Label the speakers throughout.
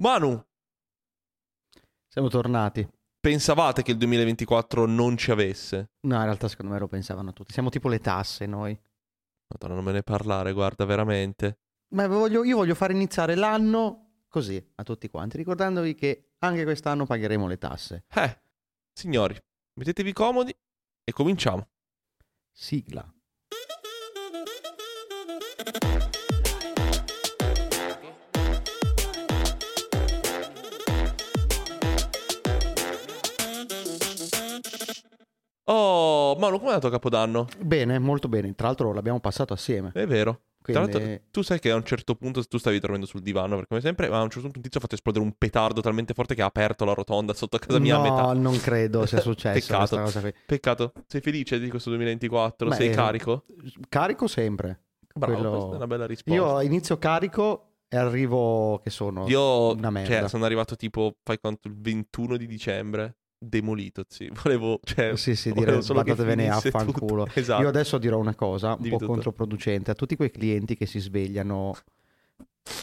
Speaker 1: Manu,
Speaker 2: Siamo tornati.
Speaker 1: pensavate che il 2024 non ci avesse?
Speaker 2: No, in realtà secondo me lo pensavano tutti. Siamo tipo le tasse noi.
Speaker 1: Madonna, non me ne parlare, guarda, veramente.
Speaker 2: Ma voglio- io voglio far iniziare l'anno così a tutti quanti, ricordandovi che anche quest'anno pagheremo le tasse.
Speaker 1: Eh, signori, mettetevi comodi e cominciamo.
Speaker 2: Sigla.
Speaker 1: Oh, Manu, com'è andato Capodanno?
Speaker 2: Bene, molto bene. Tra l'altro l'abbiamo passato assieme.
Speaker 1: È vero.
Speaker 2: Quindi
Speaker 1: Tra l'altro, tu sai che a un certo punto tu stavi dormendo sul divano, perché come sempre, ma a un certo punto un tizio ha fatto esplodere un petardo talmente forte che ha aperto la rotonda sotto a casa mia
Speaker 2: no,
Speaker 1: a metà.
Speaker 2: non credo sia successo
Speaker 1: Peccato.
Speaker 2: questa cosa qui.
Speaker 1: Peccato. Sei felice di questo 2024?
Speaker 2: Beh,
Speaker 1: Sei
Speaker 2: eh,
Speaker 1: carico?
Speaker 2: Carico sempre.
Speaker 1: Bravo,
Speaker 2: quello-
Speaker 1: questa è una bella risposta.
Speaker 2: Io inizio carico e arrivo che sono
Speaker 1: Io
Speaker 2: Oh, una merda.
Speaker 1: cioè, sono arrivato tipo, fai quanto, il 21 di dicembre, demolito, sì. Volevo, cioè,
Speaker 2: Sì, sì,
Speaker 1: volevo
Speaker 2: dire
Speaker 1: solo che
Speaker 2: guardatevene a
Speaker 1: finisse tutto.
Speaker 2: fanculo.
Speaker 1: Esatto.
Speaker 2: Io adesso dirò una cosa un
Speaker 1: Dimmi
Speaker 2: po'
Speaker 1: tutto.
Speaker 2: controproducente a tutti quei clienti che si svegliano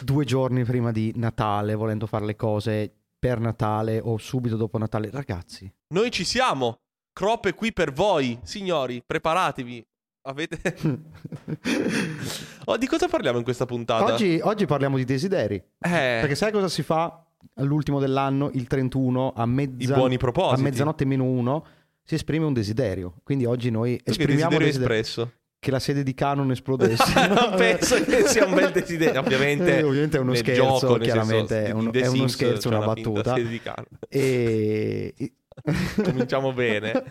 Speaker 2: due giorni prima di Natale volendo fare le cose per Natale o subito dopo Natale. Ragazzi,
Speaker 1: Noi ci siamo! Crop è qui per voi, signori, preparatevi. Avete... Oh, di cosa parliamo in questa puntata?
Speaker 2: oggi, oggi parliamo di desideri.
Speaker 1: Eh,
Speaker 2: Perché sai cosa si fa all'ultimo dell'anno, il 31, a,
Speaker 1: i
Speaker 2: mezza-
Speaker 1: buoni
Speaker 2: a
Speaker 1: propositi.
Speaker 2: mezzanotte meno uno? Si esprime un desiderio. Quindi oggi noi
Speaker 1: Tu che desiderio
Speaker 2: esprimiamo un
Speaker 1: hai
Speaker 2: desiderio.
Speaker 1: espresso.
Speaker 2: che la sede di Canon esplodesse.
Speaker 1: Non penso che sia un bel desiderio. Ovviamente,
Speaker 2: Eh, ovviamente è uno
Speaker 1: nel
Speaker 2: scherzo,
Speaker 1: gioco, nel senso,
Speaker 2: chiaramente è,
Speaker 1: in
Speaker 2: un-
Speaker 1: The
Speaker 2: è uno
Speaker 1: Sims cioè,
Speaker 2: scherzo,
Speaker 1: c'è
Speaker 2: una
Speaker 1: finta
Speaker 2: battuta.
Speaker 1: serie di Canon.
Speaker 2: E...
Speaker 1: Cominciamo bene.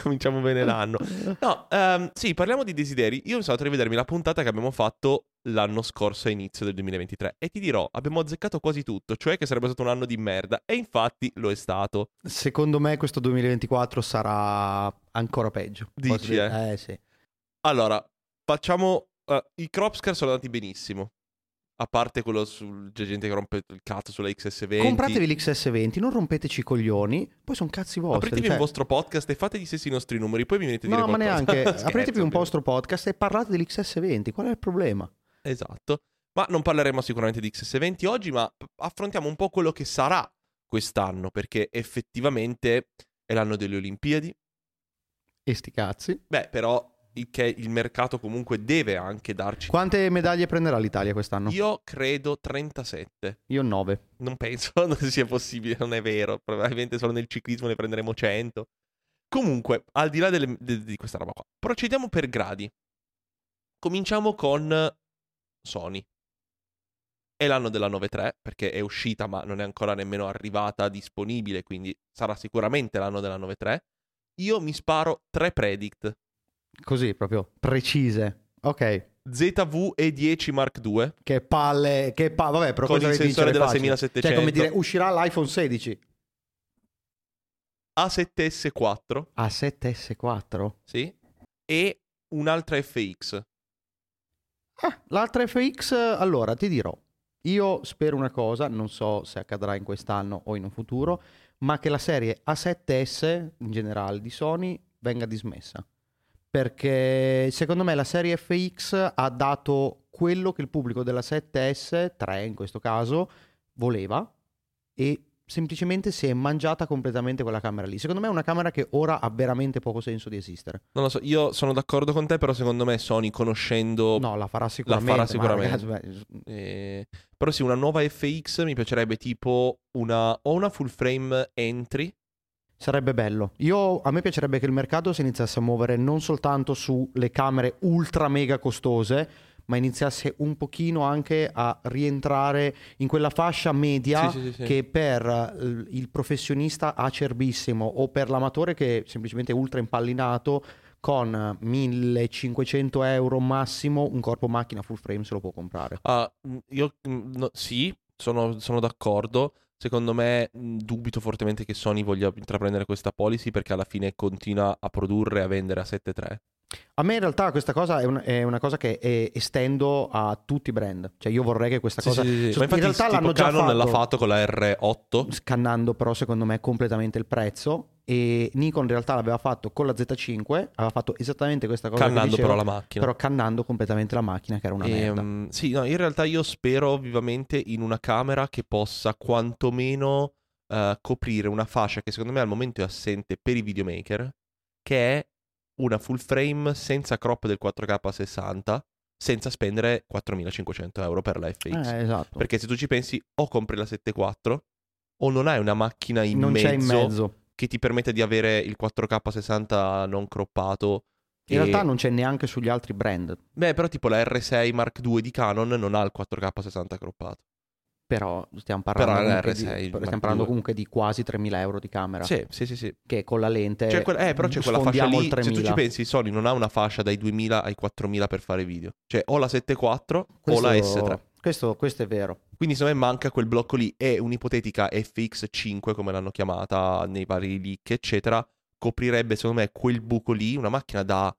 Speaker 1: Cominciamo bene l'anno. No, ehm, sì, parliamo di desideri. Io mi sono andato a rivedermi la puntata che abbiamo fatto l'anno scorso a inizio del 2023 e ti dirò, abbiamo azzeccato quasi tutto, cioè che sarebbe stato un anno di merda e infatti lo è stato.
Speaker 2: Secondo me questo 2024 sarà ancora peggio.
Speaker 1: Dici,
Speaker 2: Posso dire- eh? sì.
Speaker 1: Allora, facciamo eh, i Cropscar sono andati benissimo. A parte quello sul c'è gente che rompe il cazzo sulla XS20.
Speaker 2: Compratevi l'XS20, non rompeteci i coglioni, poi sono cazzi vostri.
Speaker 1: Apritevi
Speaker 2: cioè-
Speaker 1: un vostro podcast e fate gli stessi nostri numeri, poi mi venite a dire
Speaker 2: No, ma
Speaker 1: qualcosa.
Speaker 2: neanche.
Speaker 1: Scherzo,
Speaker 2: Apritevi un
Speaker 1: ovviamente.
Speaker 2: vostro podcast e parlate dell'XS20. Qual è il problema?
Speaker 1: Esatto. Ma non parleremo sicuramente di XS20 oggi, ma p- affrontiamo un po' quello che sarà quest'anno, perché effettivamente è l'anno delle Olimpiadi.
Speaker 2: E sti cazzi.
Speaker 1: Beh, però il, che il mercato comunque deve anche darci.
Speaker 2: Quante medaglie prenderà l'Italia quest'anno?
Speaker 1: Io credo 37.
Speaker 2: Io 9.
Speaker 1: Non penso non sia possibile, non è vero. Probabilmente solo nel ciclismo ne prenderemo 100. Comunque, al di là delle- de- di questa roba qua, procediamo per gradi. Cominciamo con Sony. È l'anno della 9.3 perché è uscita ma non è ancora nemmeno arrivata disponibile, quindi sarà sicuramente l'anno della 9.3. Io mi sparo tre predict.
Speaker 2: Così proprio precise. Ok.
Speaker 1: ZV-E10 Mark II
Speaker 2: Che palle, che pa- vabbè, però
Speaker 1: con
Speaker 2: cosa
Speaker 1: il
Speaker 2: devi
Speaker 1: sensore
Speaker 2: vincere
Speaker 1: della
Speaker 2: facile?
Speaker 1: 6700
Speaker 2: Cioè, come dire, uscirà l'iPhone 16
Speaker 1: A7S4
Speaker 2: a 7S4.
Speaker 1: Sì. E un'altra FX.
Speaker 2: Ah, l'altra FX, allora ti dirò. Io spero una cosa, non so se accadrà in quest'anno o in un futuro, ma che la serie A7S in generale di Sony venga dismessa. Perché secondo me la serie FX ha dato quello che il pubblico della 7S, 3 in questo caso, voleva e semplicemente si è mangiata completamente quella camera lì. Secondo me è una camera che ora ha veramente poco senso di esistere.
Speaker 1: Non lo so, io sono d'accordo con te, però secondo me Sony conoscendo...
Speaker 2: No, Oh, la farà sicuramente. ma
Speaker 1: sicuramente.
Speaker 2: ragazzi, beh,
Speaker 1: eh, però sì, una nuova FX mi piacerebbe tipo una... o una full frame entry.
Speaker 2: Sarebbe bello. Io, a me piacerebbe che il mercato si iniziasse a muovere non soltanto sulle camere ultra mega costose, ma iniziasse un pochino anche a rientrare in quella fascia media
Speaker 1: Sì, sì, sì, sì.
Speaker 2: che per eh, il professionista acerbissimo o per l'amatore che è semplicemente ultra impallinato con 1500 euro massimo un corpo macchina full frame se lo può comprare.
Speaker 1: Ah, mh, io mh, no, sì, sono, sono d'accordo. Secondo me mh, dubito fortemente che Sony voglia intraprendere questa policy perché alla fine continua a produrre e a vendere a 7.3.
Speaker 2: A me in realtà questa cosa è, un- è una cosa che eh, estendo a tutti i brand, cioè io vorrei che questa
Speaker 1: Sì,
Speaker 2: cosa
Speaker 1: sì, sì, sì.
Speaker 2: so-
Speaker 1: Ma infatti
Speaker 2: in realtà
Speaker 1: tipo
Speaker 2: l'hanno già
Speaker 1: Canon l'ha
Speaker 2: fatto.
Speaker 1: fatto con la R8.
Speaker 2: scannando però secondo me completamente il prezzo e Nikon in realtà l'aveva fatto con la Z5, aveva fatto esattamente questa cosa. che
Speaker 1: Cannando
Speaker 2: dicevo,
Speaker 1: però la macchina.
Speaker 2: però cannando completamente la macchina che era una
Speaker 1: Ehm,
Speaker 2: merda.
Speaker 1: sì, no, in realtà io spero vivamente in una camera che possa quantomeno eh, coprire una fascia che secondo me al momento è assente per i videomaker, che è una full frame senza crop del 4K a 60, senza spendere 4.500 euro per la FX.
Speaker 2: Eh, esatto.
Speaker 1: Perché se tu ci pensi, o compri la 7.4 o non hai una macchina in
Speaker 2: non
Speaker 1: mezzo
Speaker 2: c'è in mezzo.
Speaker 1: che ti permette di avere il 4K a 60 non croppato.
Speaker 2: In
Speaker 1: e-
Speaker 2: realtà non c'è neanche sugli altri brand,
Speaker 1: Beh, però tipo la R6 Mark II di Canon non ha il 4K a 60 croppato.
Speaker 2: però stiamo
Speaker 1: Però
Speaker 2: parlando,
Speaker 1: la
Speaker 2: comunque,
Speaker 1: R6
Speaker 2: di,
Speaker 1: Mark
Speaker 2: stiamo parlando
Speaker 1: II.
Speaker 2: comunque di quasi 3.000 euro di camera,
Speaker 1: Sì, sì, sì, sì.
Speaker 2: che con la lente
Speaker 1: C'è quella- eh, però c'è quella fascia
Speaker 2: sfondiamo
Speaker 1: lì.
Speaker 2: il
Speaker 1: Se tu ci
Speaker 2: 3.000.
Speaker 1: pensi, Sony non ha una fascia dai 2000 ai 4000 per fare video. Cioè, o la 7.4 o la
Speaker 2: Questo-
Speaker 1: S3.
Speaker 2: Questo, questo è vero.
Speaker 1: Quindi secondo me manca quel blocco lì e un'ipotetica FX5, come l'hanno chiamata nei vari leak, eccetera, coprirebbe secondo me quel buco lì, una macchina da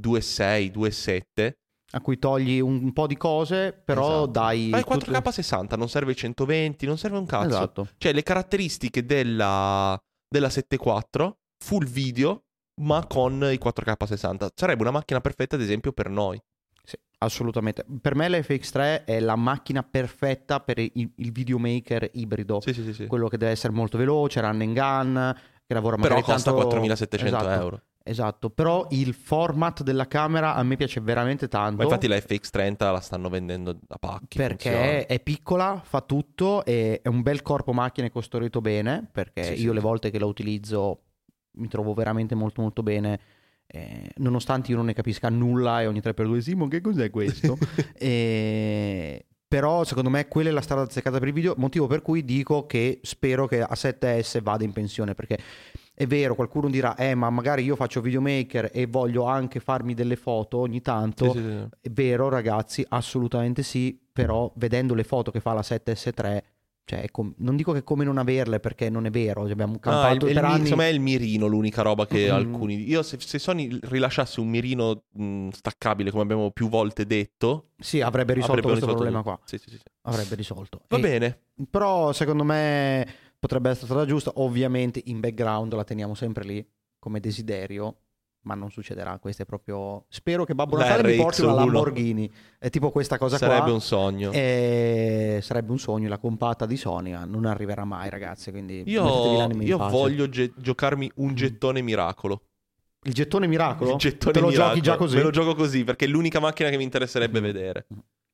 Speaker 1: 2.6, 2.7.
Speaker 2: A cui togli un, un po' di cose, però
Speaker 1: Esatto.
Speaker 2: dai...
Speaker 1: Ma il
Speaker 2: tutto-
Speaker 1: 4K a 60, non serve il 120, non serve un cazzo.
Speaker 2: Esatto.
Speaker 1: Cioè le caratteristiche della, della 7.4, full video, ma con i 4K a 60. Sarebbe una macchina perfetta, ad esempio, per noi.
Speaker 2: Sì, assolutamente. Per me la FX3 è la macchina perfetta per il, il videomaker ibrido.
Speaker 1: Sì, sì, sì. sì.
Speaker 2: Quello che deve essere molto veloce, run and gun, che lavora
Speaker 1: Però
Speaker 2: magari
Speaker 1: costa
Speaker 2: tanto...
Speaker 1: 4.700
Speaker 2: Esatto,
Speaker 1: euro.
Speaker 2: Esatto, però il format della camera a me piace veramente tanto.
Speaker 1: Ma infatti la FX30 la stanno vendendo a pacchi.
Speaker 2: perché
Speaker 1: funziona.
Speaker 2: è piccola, fa tutto, e è un bel corpo macchina è costruito bene, perché
Speaker 1: Sì, sì,
Speaker 2: io le
Speaker 1: sì.
Speaker 2: volte che la utilizzo mi trovo veramente molto molto bene, eh, nonostante io non ne capisca nulla e ogni 3x2 Simo che cos'è questo? E- Però secondo me quella è la strada azzeccata per il video, motivo per cui dico che spero che a 7S vada in pensione, perché è vero, qualcuno dirà, eh ma magari io faccio videomaker e voglio anche farmi delle foto ogni tanto,
Speaker 1: Sì, sì, sì.
Speaker 2: è vero, ragazzi, assolutamente sì. Però vedendo le foto che fa la 7S3, cioè, è com- non dico che è come non averle perché non è vero. cioè, abbiamo
Speaker 1: Ah, il-
Speaker 2: campato
Speaker 1: il
Speaker 2: per
Speaker 1: mi-
Speaker 2: anni.
Speaker 1: Secondo me è il mirino l'unica roba che
Speaker 2: Mm.
Speaker 1: alcuni... Io se, se Sony rilasciasse un mirino mh, staccabile, come abbiamo più volte detto...
Speaker 2: Sì, avrebbe risolto
Speaker 1: avrebbero
Speaker 2: questo
Speaker 1: risolto
Speaker 2: problema
Speaker 1: tutto.
Speaker 2: qua.
Speaker 1: Sì, sì, sì, sì.
Speaker 2: Avrebbe risolto.
Speaker 1: Va
Speaker 2: E-
Speaker 1: bene.
Speaker 2: Però secondo me potrebbe essere stata giusta. Ovviamente in background la teniamo sempre lì come desiderio. Ma non succederà, questo è proprio. Spero che Babbo
Speaker 1: La
Speaker 2: Natale mi porti una
Speaker 1: RX1.
Speaker 2: Lamborghini. È tipo questa cosa
Speaker 1: Sarebbe
Speaker 2: qua. Eh,
Speaker 1: un sogno.
Speaker 2: E sarebbe un sogno, la compata di Sony ma non arriverà mai, ragazzi. Quindi mettetevi
Speaker 1: Io,
Speaker 2: l'anima in
Speaker 1: io
Speaker 2: pace.
Speaker 1: voglio ge- giocarmi un
Speaker 2: Mm.
Speaker 1: gettone miracolo.
Speaker 2: il gettone miracolo.
Speaker 1: Il gettone
Speaker 2: Te lo
Speaker 1: miracolo.
Speaker 2: giochi già così.
Speaker 1: Me lo gioco così perché è l'unica macchina che mi interesserebbe
Speaker 2: Mm.
Speaker 1: vedere.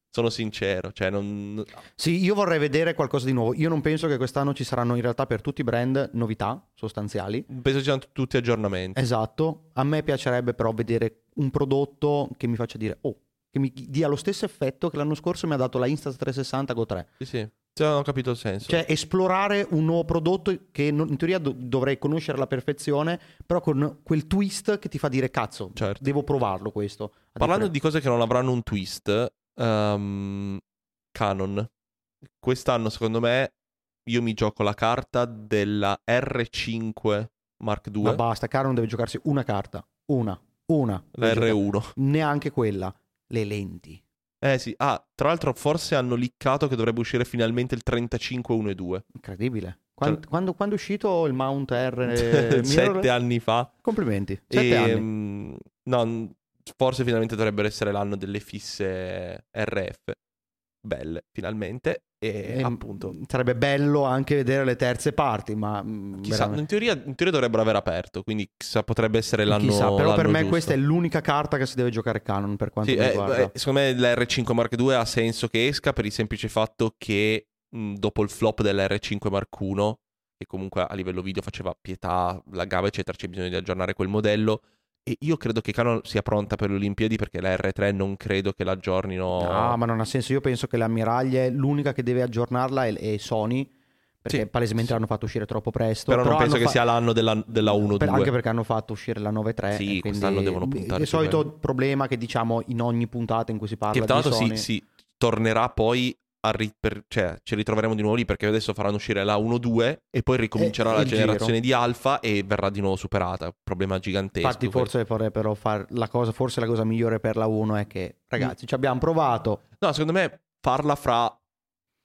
Speaker 1: Sono sincero, cioè non...
Speaker 2: Sì, io vorrei vedere qualcosa di nuovo. Io non penso che quest'anno ci saranno in realtà per tutti i brand novità sostanziali.
Speaker 1: penso ci siano t- tutti aggiornamenti.
Speaker 2: Esatto. A me piacerebbe però vedere un prodotto che mi faccia dire "Oh, che mi dia lo stesso effetto che l'anno scorso mi ha dato la Insta360 Go 3".
Speaker 1: Sì, sì, Cioè, non ho capito il senso.
Speaker 2: Cioè esplorare un nuovo prodotto che non- in teoria do- dovrei conoscere alla perfezione, però con quel twist che ti fa dire cazzo,
Speaker 1: Certo.
Speaker 2: devo provarlo questo. A
Speaker 1: Parlando
Speaker 2: differen-
Speaker 1: di cose che non avranno un twist, ehm, Canon. Quest'anno, secondo me, io mi gioco la carta della R5 Mark II,
Speaker 2: Ma basta, caro, non deve giocarsi una carta, una, una.
Speaker 1: la
Speaker 2: Deve giocare-
Speaker 1: R1.
Speaker 2: Neanche quella, le lenti.
Speaker 1: Eh sì, ah, tra l'altro forse hanno liccato che dovrebbe uscire finalmente il 35 1 e 2.
Speaker 2: Incredibile. Quan-
Speaker 1: Cioè-
Speaker 2: Quando, quando è uscito il Mount R
Speaker 1: Sette
Speaker 2: Mirror-
Speaker 1: anni fa.
Speaker 2: Complimenti. Sette
Speaker 1: E,
Speaker 2: anni.
Speaker 1: mm, No, n- forse finalmente dovrebbero essere l'anno delle fisse RF. Belle, finalmente. E,
Speaker 2: Ehm,
Speaker 1: eh, appunto.
Speaker 2: Sarebbe bello anche vedere le terze parti, ma mm,
Speaker 1: Chissà,
Speaker 2: veramente-
Speaker 1: in teoria, in teoria dovrebbero aver aperto, quindi chissà, potrebbe essere l'anno
Speaker 2: Chissà, però per
Speaker 1: l'anno
Speaker 2: me
Speaker 1: giusto.
Speaker 2: questa è l'unica carta che si deve giocare Canon per quanto
Speaker 1: Sì,
Speaker 2: mi
Speaker 1: eh,
Speaker 2: riguarda.
Speaker 1: eh, secondo me l'R5 Mark II ha senso che esca per il semplice fatto che mh, dopo il flop dell'R5 Mark I, che comunque a livello video faceva pietà, laggava eccetera, c'è bisogno di aggiornare quel modello. E io credo che Canon sia pronta per le Olimpiadi perché la R3 non credo che l'aggiornino.
Speaker 2: No, ma non ha senso. Io penso che le ammiraglie, l'unica che deve aggiornarla è, è Sony, perché
Speaker 1: Sì,
Speaker 2: palesemente
Speaker 1: sì.
Speaker 2: l'hanno fatto uscire troppo presto.
Speaker 1: però, non
Speaker 2: hanno
Speaker 1: penso che
Speaker 2: fa-
Speaker 1: sia l'anno della, della 1-2.
Speaker 2: Per- anche perché hanno fatto uscire la
Speaker 1: Sì,
Speaker 2: 9.3. e quindi-
Speaker 1: quest'anno devono puntare
Speaker 2: Il
Speaker 1: su
Speaker 2: solito
Speaker 1: quello.
Speaker 2: problema che diciamo in ogni puntata in cui si
Speaker 1: Che tra
Speaker 2: parla di
Speaker 1: l'altro
Speaker 2: Sony.
Speaker 1: si, si tornerà poi a ri- per- cioè, ci ritroveremo di nuovo lì perché adesso faranno uscire la 1.2 e poi ricomincerà
Speaker 2: E-
Speaker 1: la
Speaker 2: Eh, il
Speaker 1: generazione di alfa e verrà di nuovo superata. Problema gigantesco.
Speaker 2: Infatti forse vorrebbero fare la cosa, forse la cosa migliore per la 1 è che
Speaker 1: Mm.
Speaker 2: ragazzi ci abbiamo provato,
Speaker 1: questo. No, secondo me farla fra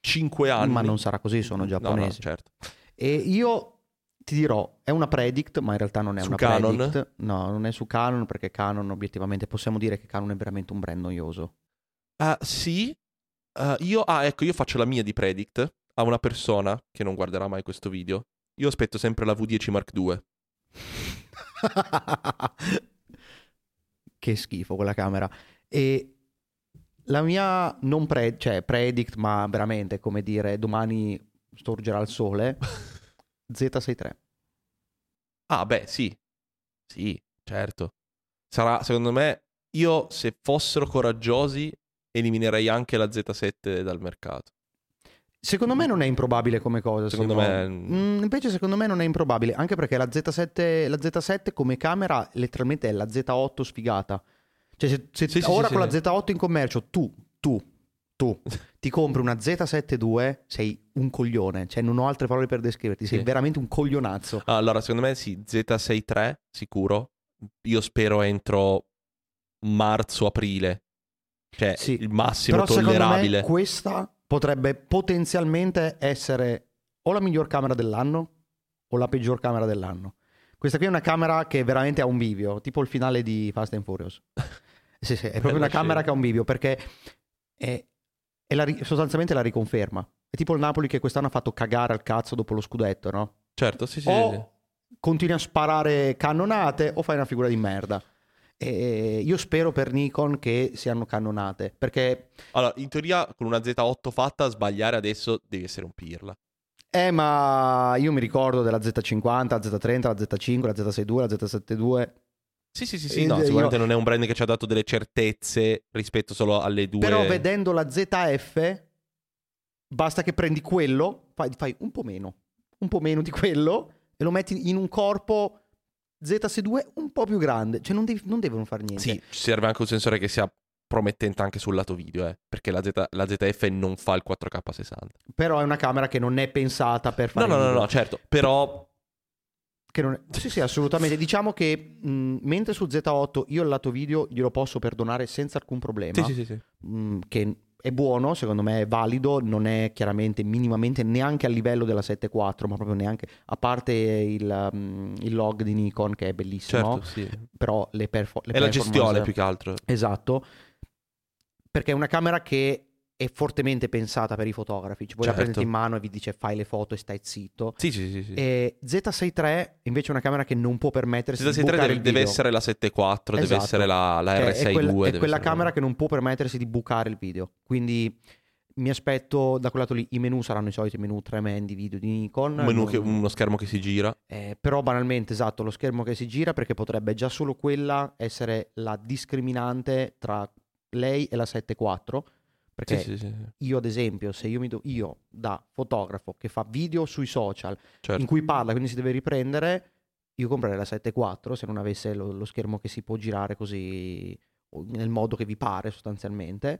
Speaker 1: 5 anni.
Speaker 2: ma non sarà così, sono
Speaker 1: Ah, No, no,
Speaker 2: giapponesi.
Speaker 1: certo.
Speaker 2: E io ti dirò, è una predict, ma in realtà non è
Speaker 1: Su
Speaker 2: una
Speaker 1: Canon?
Speaker 2: predict. No, non è su Canon perché Canon obiettivamente possiamo dire che Canon è veramente un brand noioso.
Speaker 1: Ah, sì. Ah, io, ah, ecco, io faccio la mia di Predict a una persona che non guarderà mai questo video. Io aspetto sempre la V10 Mark II.
Speaker 2: che schifo quella camera. E la mia non pre- cioè predict, ma veramente come dire domani storgerà il sole Z63.
Speaker 1: Ah, beh, sì. Sì, certo. Sarà, secondo me, io se fossero coraggiosi eliminerei anche la Z7 dal mercato.
Speaker 2: Secondo me non è improbabile come cosa.
Speaker 1: Secondo
Speaker 2: Simo.
Speaker 1: me-
Speaker 2: Mm, invece, secondo me non è improbabile. Anche perché la Z7, la Z7 come camera letteralmente è la Z8 sfigata. Cioè, se, se
Speaker 1: Sì, sì,
Speaker 2: ora
Speaker 1: sì,
Speaker 2: con
Speaker 1: sì.
Speaker 2: la Z8 in commercio, tu, tu, tu ti compri una Z7 II, sei un coglione. Cioè, non ho altre parole per descriverti. Sei
Speaker 1: Sì.
Speaker 2: veramente un coglionazzo.
Speaker 1: Ah, Allora, secondo me sì, Z63 sicuro. Io spero entro marzo-aprile. Cioè,
Speaker 2: Sì,
Speaker 1: il massimo
Speaker 2: Però secondo
Speaker 1: tollerabile.
Speaker 2: me questa potrebbe potenzialmente essere o la miglior camera dell'anno o la peggior camera dell'anno. Questa qui è una camera che veramente ha un bivio, tipo il finale di Fast and Furious. Sì, sì, è proprio
Speaker 1: Bella
Speaker 2: una camera
Speaker 1: scena.
Speaker 2: che ha un bivio perché è, è la ri- sostanzialmente la riconferma. È tipo il Napoli che quest'anno ha fatto cagare al cazzo dopo lo scudetto, no?
Speaker 1: Certo, sì, sì. sì, sì.
Speaker 2: o continui a sparare cannonate o fai una figura di merda. E io spero per Nikon che siano cannonate perché
Speaker 1: Allora, in teoria con una Z8 fatta, sbagliare adesso devi essere un pirla.
Speaker 2: Eh, ma io mi ricordo della Z50, la Z30, la Z5, la Z62, la Z72.
Speaker 1: Sì, sì, sì, sì,
Speaker 2: Eh,
Speaker 1: no,
Speaker 2: io-
Speaker 1: sicuramente non è un brand che ci ha dato delle certezze rispetto solo alle due.
Speaker 2: Però vedendo la ZF, basta che prendi quello, fai, fai un po' meno, un po' meno di quello e lo metti in un corpo ZS2 un po' più grande. Cioè non, devi- non devono fare niente.
Speaker 1: Sì, ci serve anche un sensore che sia promettente anche sul lato video, eh, perché la, Z- la ZF non fa il 4K 60.
Speaker 2: Però è una camera che non è pensata per
Speaker 1: No,
Speaker 2: fare...
Speaker 1: no, no,
Speaker 2: video.
Speaker 1: no, certo, però
Speaker 2: Che non è- Sì, sì, assolutamente. Diciamo che mh, mentre su Z8 io il lato video glielo posso perdonare senza alcun problema.
Speaker 1: sì, sì, sì, sì.
Speaker 2: mh, mm, che è buono, secondo me è valido, non è chiaramente minimamente neanche a livello della 7.4, ma proprio neanche, a parte il, mh, il log di Nikon che è bellissimo,
Speaker 1: certo, sì.
Speaker 2: però le, perfo- le
Speaker 1: È la
Speaker 2: performance-
Speaker 1: gestione più che altro.
Speaker 2: Esatto, perché è una camera che è fortemente pensata per i fotografi, cioè voi
Speaker 1: Certo.
Speaker 2: la prendete in mano e vi dice fai le foto e stai zitto.
Speaker 1: Sì, sì, sì, sì.
Speaker 2: E Z63 invece è una camera che non può permettersi di
Speaker 1: Z63
Speaker 2: bucare
Speaker 1: deve,
Speaker 2: il
Speaker 1: deve
Speaker 2: video.
Speaker 1: essere la 7.4, deve
Speaker 2: Esatto.
Speaker 1: essere la, la
Speaker 2: Cioè,
Speaker 1: RSI
Speaker 2: è quella,
Speaker 1: 2.
Speaker 2: è
Speaker 1: deve
Speaker 2: quella
Speaker 1: essere-
Speaker 2: camera che non può permettersi di bucare il video. Quindi mi aspetto da quel lato lì i menu saranno i soliti menu tremendi video di Nikon.
Speaker 1: Un menu
Speaker 2: non-
Speaker 1: che- uno schermo che si gira.
Speaker 2: eh, però banalmente esatto lo schermo che si gira perché potrebbe già solo quella essere la discriminante tra lei e la 7.4 perché
Speaker 1: Sì, sì, sì, sì,
Speaker 2: io ad esempio se io mi do io da fotografo che fa video sui social
Speaker 1: certo.
Speaker 2: in cui parla, quindi si deve riprendere. Io comprerei la 7.4 se non avesse lo, lo schermo che si può girare così o nel modo che vi pare sostanzialmente.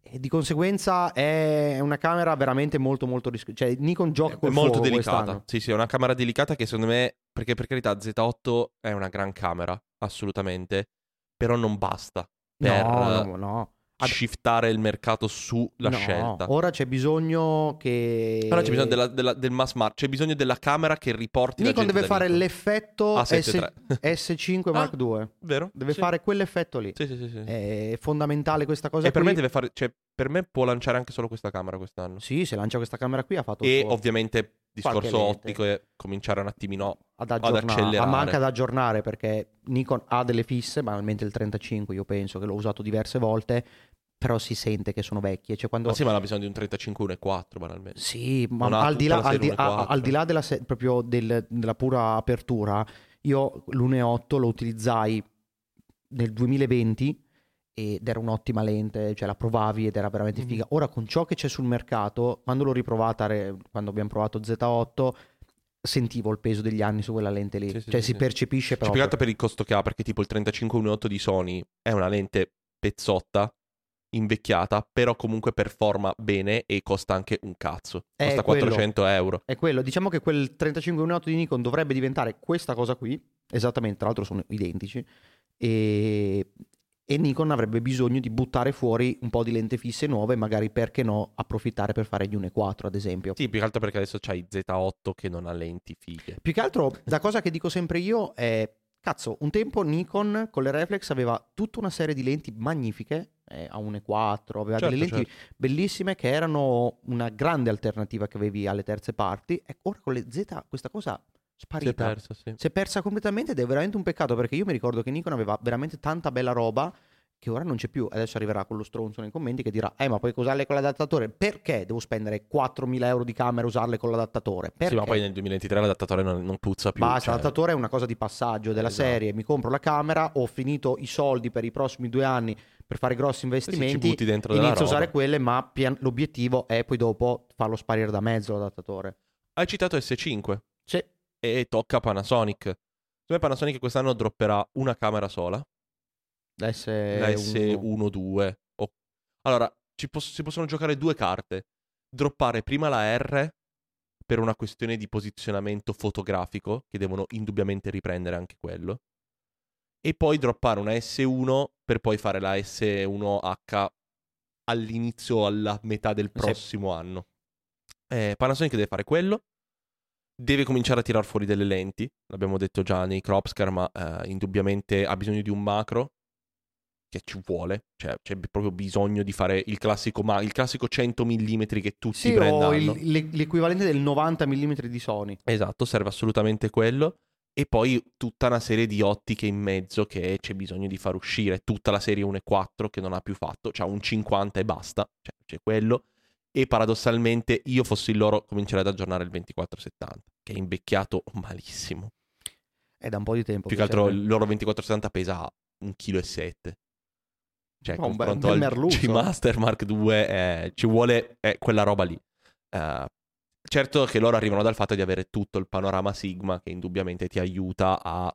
Speaker 2: E di conseguenza è una camera veramente molto molto rischi- Cioè Nikon gioca
Speaker 1: È
Speaker 2: col
Speaker 1: molto
Speaker 2: fuoco
Speaker 1: delicata.
Speaker 2: quest'anno.
Speaker 1: Sì, sì, è una camera delicata che secondo me, perché per carità Z8 è una gran camera, assolutamente, però non basta per
Speaker 2: No,
Speaker 1: eh,
Speaker 2: no, no. Ad-
Speaker 1: shiftare il mercato sulla
Speaker 2: no,
Speaker 1: scelta.
Speaker 2: Ora c'è bisogno che
Speaker 1: Però c'è bisogno della- della- del mass market, c'è bisogno della camera che riporti la
Speaker 2: Nikon
Speaker 1: gente
Speaker 2: deve
Speaker 1: da
Speaker 2: fare
Speaker 1: Nikon.
Speaker 2: l'effetto
Speaker 1: Ah,
Speaker 2: S-
Speaker 1: 7.3.
Speaker 2: S5 Mark II.
Speaker 1: Vero?
Speaker 2: Deve
Speaker 1: Ah. Sì.
Speaker 2: fare quell'effetto lì.
Speaker 1: Sì, sì, sì, sì.
Speaker 2: È fondamentale questa cosa
Speaker 1: e per
Speaker 2: qui.
Speaker 1: me deve fare cioè, per me può lanciare anche solo questa camera quest'anno.
Speaker 2: Sì, se lancia questa camera qui ha fatto il
Speaker 1: E
Speaker 2: suo.
Speaker 1: ovviamente discorso
Speaker 2: lente.
Speaker 1: ottico e cominciare un attimino
Speaker 2: ad aggiornare,
Speaker 1: accelerare.
Speaker 2: ma manca ad aggiornare perché Nikon ha delle fisse, banalmente il 35 io penso che l'ho usato diverse volte, però si sente che sono vecchie, cioè quando
Speaker 1: Ma sì, ma ha bisogno di un 35-1.4 banalmente.
Speaker 2: sì, ma
Speaker 1: Non ha
Speaker 2: al di,
Speaker 1: tutta
Speaker 2: là,
Speaker 1: la
Speaker 2: al, di,
Speaker 1: serie
Speaker 2: a-
Speaker 1: 1.4.
Speaker 2: al di là della, se- proprio del- della pura apertura, io l'1.8 lo utilizzai nel 2020 ed era un'ottima lente, cioè la provavi ed era veramente
Speaker 1: Mhm.
Speaker 2: figa. Ora con ciò che c'è sul mercato, quando l'ho riprovata, re- quando abbiamo provato Z8, sentivo il peso degli anni su quella lente lì,
Speaker 1: Sì, sì,
Speaker 2: cioè
Speaker 1: sì,
Speaker 2: si
Speaker 1: sì.
Speaker 2: percepisce
Speaker 1: Cioè,
Speaker 2: proprio.
Speaker 1: più che altro per il costo che ha, perché tipo il 35-1.8 di Sony è una lente pezzotta, invecchiata, però comunque performa bene e costa anche un cazzo.
Speaker 2: Eh,
Speaker 1: Costa
Speaker 2: quello.
Speaker 1: 400 euro.
Speaker 2: È quello, diciamo che quel 3518 di Nikon dovrebbe diventare questa cosa qui, esattamente, tra l'altro sono identici, e, e Nikon avrebbe bisogno di buttare fuori un po' di lente fisse nuove, magari perché no approfittare per fare gli 1.4 ad esempio.
Speaker 1: Sì, più che altro perché adesso c'hai Z8 che non ha lenti fighe.
Speaker 2: Più che altro, la cosa che dico sempre io è, cazzo, un tempo Nikon con le reflex aveva tutta una serie di lenti magnifiche, eh, a 1.4, aveva
Speaker 1: Certo,
Speaker 2: delle lenti
Speaker 1: certo.
Speaker 2: bellissime che erano una grande alternativa che avevi alle terze parti, e ora con le Z questa cosa
Speaker 1: Si è
Speaker 2: sparita.
Speaker 1: perso, sì.
Speaker 2: Si è persa completamente ed è veramente un peccato perché io mi ricordo che Nikon aveva veramente tanta bella roba che ora non c'è più. Adesso arriverà quello stronzo nei commenti che dirà: Eh, ma puoi usarle con l'adattatore? Perché devo spendere 4.000 euro di camera e usarle con l'adattatore? Perché?
Speaker 1: Sì, ma poi nel 2023 l'adattatore non, non puzza più.
Speaker 2: Basta,
Speaker 1: cioè,
Speaker 2: l'adattatore è una cosa di passaggio della
Speaker 1: Esatto.
Speaker 2: serie. Mi compro la camera, ho finito i soldi per i prossimi due anni per fare grossi
Speaker 1: sì, sì, ci
Speaker 2: investimenti.
Speaker 1: butti dentro della
Speaker 2: Inizio a
Speaker 1: roba.
Speaker 2: usare quelle, ma pian- l'obiettivo è poi dopo farlo sparire da mezzo l'adattatore. Cioè,
Speaker 1: Hai citato S5
Speaker 2: Sì,
Speaker 1: e tocca Panasonic. Secondo me Panasonic quest'anno dropperà una camera sola,
Speaker 2: la S1.
Speaker 1: la S1-2. O- Allora, ci pos- si possono giocare due carte. Droppare prima la R per una questione di posizionamento fotografico, che devono indubbiamente riprendere anche quello. E poi droppare una S1 per poi fare la S1H all'inizio o alla metà del prossimo anno. Eh, Panasonic deve fare quello. Deve cominciare a tirar fuori delle lenti. L'abbiamo detto già nei Cropscar, ma eh, indubbiamente ha bisogno di un macro che ci vuole. Cioè, c'è b- proprio bisogno di fare il classico, ma- il classico 100 mm che tutti
Speaker 2: Sì,
Speaker 1: prendano.
Speaker 2: ho il- l'e- l'equivalente del 90 mm di Sony.
Speaker 1: Esatto, serve assolutamente quello. E poi tutta una serie di ottiche in mezzo che c'è bisogno di far uscire. Tutta la serie 1.4 che non ha più fatto, cioè un 50 e basta, cioè c'è quello. E paradossalmente io fossi loro comincerei ad aggiornare il 2470, che è invecchiato malissimo.
Speaker 2: È da un po' di tempo.
Speaker 1: Più che altro
Speaker 2: serve.
Speaker 1: il loro 2470 pesa 1,7 kg. Cioè,
Speaker 2: Ma un bel-
Speaker 1: confronto
Speaker 2: un
Speaker 1: al
Speaker 2: bel merluzzo.
Speaker 1: G Master Mark II, eh, ci vuole eh, quella roba lì. Eh, certo che loro arrivano dal fatto di avere tutto il panorama Sigma che indubbiamente ti aiuta a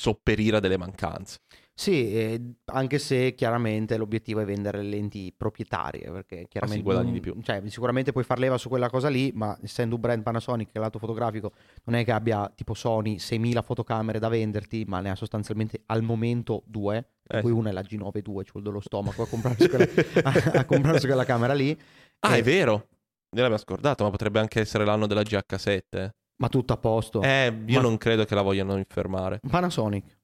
Speaker 1: sopperire a delle mancanze.
Speaker 2: Sì, eh, anche se chiaramente l'obiettivo è vendere le lenti proprietarie, perché chiaramente...
Speaker 1: Ah, guadagni
Speaker 2: non-
Speaker 1: di più.
Speaker 2: Cioè, sicuramente puoi far leva su quella cosa lì, ma essendo un brand Panasonic, che lato fotografico, non è che abbia tipo Sony 6.000 fotocamere da venderti, ma ne ha sostanzialmente al momento due, di
Speaker 1: Eh,
Speaker 2: cui
Speaker 1: sì.
Speaker 2: una è la G9-2, ci vuole dello stomaco a comprarsi quella, a- a comprarsi quella camera lì,
Speaker 1: Ah,
Speaker 2: Eh.
Speaker 1: è vero. Noi l'abbiamo scordato, ma potrebbe anche essere l'anno della GH7. eh.
Speaker 2: ma tutto a posto.
Speaker 1: Eh, io
Speaker 2: Ma-
Speaker 1: non credo che la vogliano infermare.
Speaker 2: Panasonic,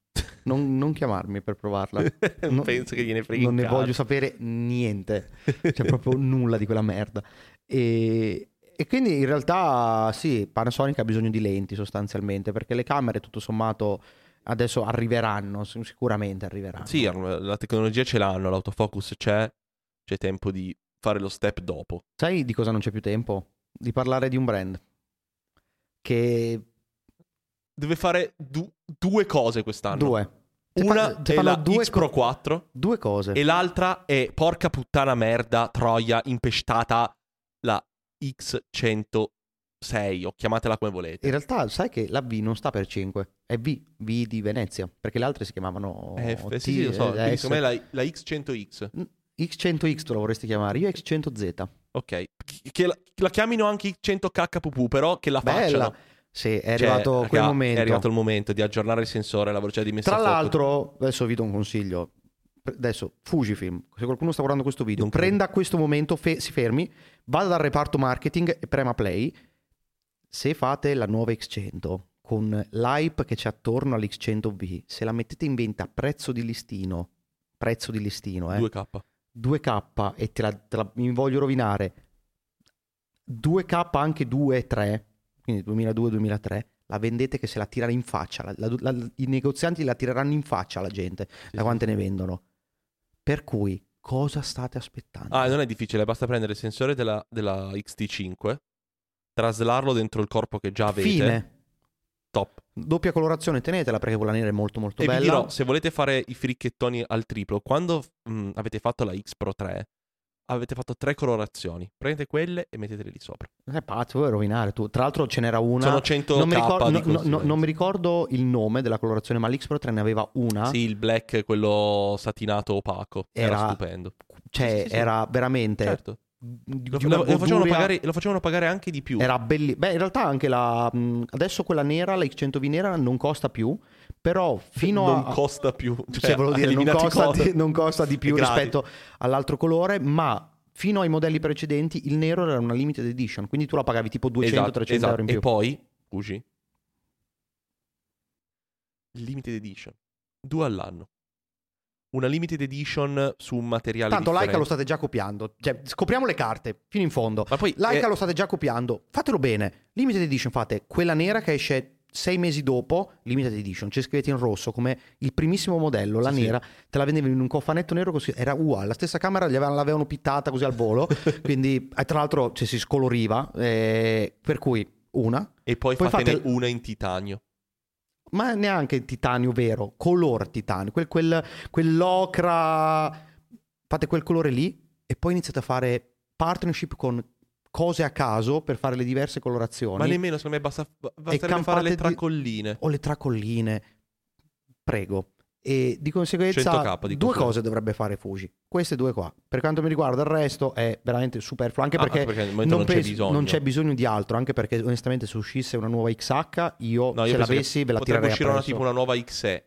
Speaker 2: non, non chiamarmi per provarla.
Speaker 1: non
Speaker 2: Non-
Speaker 1: penso che gliene freghi
Speaker 2: non
Speaker 1: un
Speaker 2: ne
Speaker 1: cazzo.
Speaker 2: voglio sapere niente. c'è proprio nulla di quella merda. E, e quindi in realtà sì, Panasonic ha bisogno di lenti sostanzialmente, perché le camere tutto sommato adesso arriveranno, sic- sicuramente arriveranno.
Speaker 1: Sì, la tecnologia ce l'hanno, l'autofocus c'è, c'è tempo di fare lo step dopo.
Speaker 2: Sai di cosa non c'è più tempo? Di parlare di un brand che...
Speaker 1: Deve fare du- due cose quest'anno.
Speaker 2: Due. Te
Speaker 1: Una
Speaker 2: parlo- te
Speaker 1: è
Speaker 2: parlo
Speaker 1: la
Speaker 2: due
Speaker 1: X Pro
Speaker 2: co-
Speaker 1: 4
Speaker 2: Due cose.
Speaker 1: e l'altra è porca puttana merda troia impestata la X106 o chiamatela come volete.
Speaker 2: In realtà sai che la V non sta per 5, è V, V di Venezia, perché le altre si chiamavano...
Speaker 1: F,
Speaker 2: T,
Speaker 1: sì, sì, lo so,
Speaker 2: eh,
Speaker 1: quindi
Speaker 2: S.
Speaker 1: secondo me la, la X100X.
Speaker 2: X100X te lo vorresti chiamare, io X100Z.
Speaker 1: Ok. Che- Che la, che la chiamino anche X100KPP, però che la
Speaker 2: Bella.
Speaker 1: facciano.
Speaker 2: Sì, è
Speaker 1: Cioè,
Speaker 2: arrivato quel
Speaker 1: raga,
Speaker 2: momento.
Speaker 1: È arrivato il momento di aggiornare il sensore, la velocità di messa
Speaker 2: Tra
Speaker 1: a fuoco.
Speaker 2: l'altro, adesso vi do un consiglio. Pre- Adesso, Fujifilm, se qualcuno sta guardando questo video,
Speaker 1: Non credo.
Speaker 2: prenda questo momento, fe- si fermi, vada dal reparto marketing e prema play. Se fate la nuova X100 con l'hype che c'è attorno all'X100V, se la mettete in venta a prezzo di listino, prezzo di listino, eh,
Speaker 1: 2K.
Speaker 2: 2K e te la, te la- mi voglio rovinare 2K anche 2 e 3 quindi 2002-2003 la vendete che se la tirano in faccia la- la- la- i negozianti la tireranno in faccia alla gente da quante ne vendono per cui cosa state aspettando
Speaker 1: Ah, non è difficile, basta prendere il sensore della, della XT5, traslarlo dentro il corpo che già avete.
Speaker 2: fine
Speaker 1: Top.
Speaker 2: doppia colorazione tenetela perché quella nera è molto molto
Speaker 1: e
Speaker 2: bella
Speaker 1: vi dirò, se volete fare i fricchettoni al triplo, quando mh, avete fatto la X Pro 3, avete fatto tre colorazioni. Prendete quelle e mettetele lì sopra.
Speaker 2: non è pazzo vuoi rovinare tu tra l'altro ce n'era una
Speaker 1: Sono 100 K
Speaker 2: non mi, ricordo,
Speaker 1: di
Speaker 2: no- no-
Speaker 1: conseguenza.
Speaker 2: non mi ricordo il nome della colorazione ma l'X Pro 3 ne aveva una
Speaker 1: Sì, il black, quello satinato opaco. Era,
Speaker 2: Era-
Speaker 1: stupendo.
Speaker 2: cioè
Speaker 1: sì, sì, sì.
Speaker 2: era veramente
Speaker 1: Certo.
Speaker 2: di-
Speaker 1: Lo,
Speaker 2: di una
Speaker 1: lo- lo facevano
Speaker 2: goduria-
Speaker 1: pagare, lo facevano pagare anche di più.
Speaker 2: Era bellissimo. Beh, in realtà anche la. mh, Adesso quella nera, la X100V nera, non costa più. Però fino
Speaker 1: non
Speaker 2: a...
Speaker 1: costa più. Cioè,
Speaker 2: Cioè, volevo
Speaker 1: ha
Speaker 2: dire, non
Speaker 1: eliminato i
Speaker 2: costa,
Speaker 1: color.
Speaker 2: di, non costa di più
Speaker 1: È gratis.
Speaker 2: rispetto all'altro colore, ma fino ai modelli precedenti il nero era una limited edition, quindi tu la pagavi tipo 200-300
Speaker 1: Esatto, esatto.
Speaker 2: euro in più.
Speaker 1: E poi, scusi, limited edition, due all'anno. Una limited edition su un materiale
Speaker 2: Tanto Laika
Speaker 1: differente.
Speaker 2: lo state già copiando, cioè scopriamo le carte fino in fondo.
Speaker 1: Ma poi
Speaker 2: Laika
Speaker 1: eh,
Speaker 2: lo state già copiando, fatelo bene. Limited edition fate quella nera che esce sei mesi dopo, limited edition, ci scrivete in rosso come il primissimo modello, la
Speaker 1: Sì, sì.
Speaker 2: nera, te la vendevi in un cofanetto nero così, era uguale, la stessa camera gli avevano- l'avevano pittata così al volo, quindi eh, tra l'altro cioè, si scoloriva, eh, per cui una,
Speaker 1: e poi,
Speaker 2: poi
Speaker 1: fatene
Speaker 2: fate-
Speaker 1: una in titanio.
Speaker 2: ma neanche il titanio vero, color titanio, quel, quel- quell'ocra, fate quel colore lì e poi iniziate a fare partnership con cose a caso per fare le diverse colorazioni.
Speaker 1: Ma nemmeno, secondo me, basta, basterebbe fare
Speaker 2: campate
Speaker 1: le
Speaker 2: di-
Speaker 1: tracolline.
Speaker 2: o le tracolline. Prego. E di
Speaker 1: 100K
Speaker 2: conseguenza
Speaker 1: di
Speaker 2: due
Speaker 1: consumo.
Speaker 2: cose dovrebbe fare Fuji. Queste due qua. Per quanto mi riguarda il resto è veramente superfluo, anche
Speaker 1: Ah,
Speaker 2: perché
Speaker 1: al momento
Speaker 2: non,
Speaker 1: non c'è
Speaker 2: penso-
Speaker 1: bisogno.
Speaker 2: non c'è bisogno di altro, anche perché onestamente se uscisse una nuova XH io,
Speaker 1: No, io penso
Speaker 2: se
Speaker 1: che
Speaker 2: l'avessi ve la
Speaker 1: Potrebbe
Speaker 2: tirerei
Speaker 1: uscire una,
Speaker 2: appresso.
Speaker 1: tipo una nuova XE.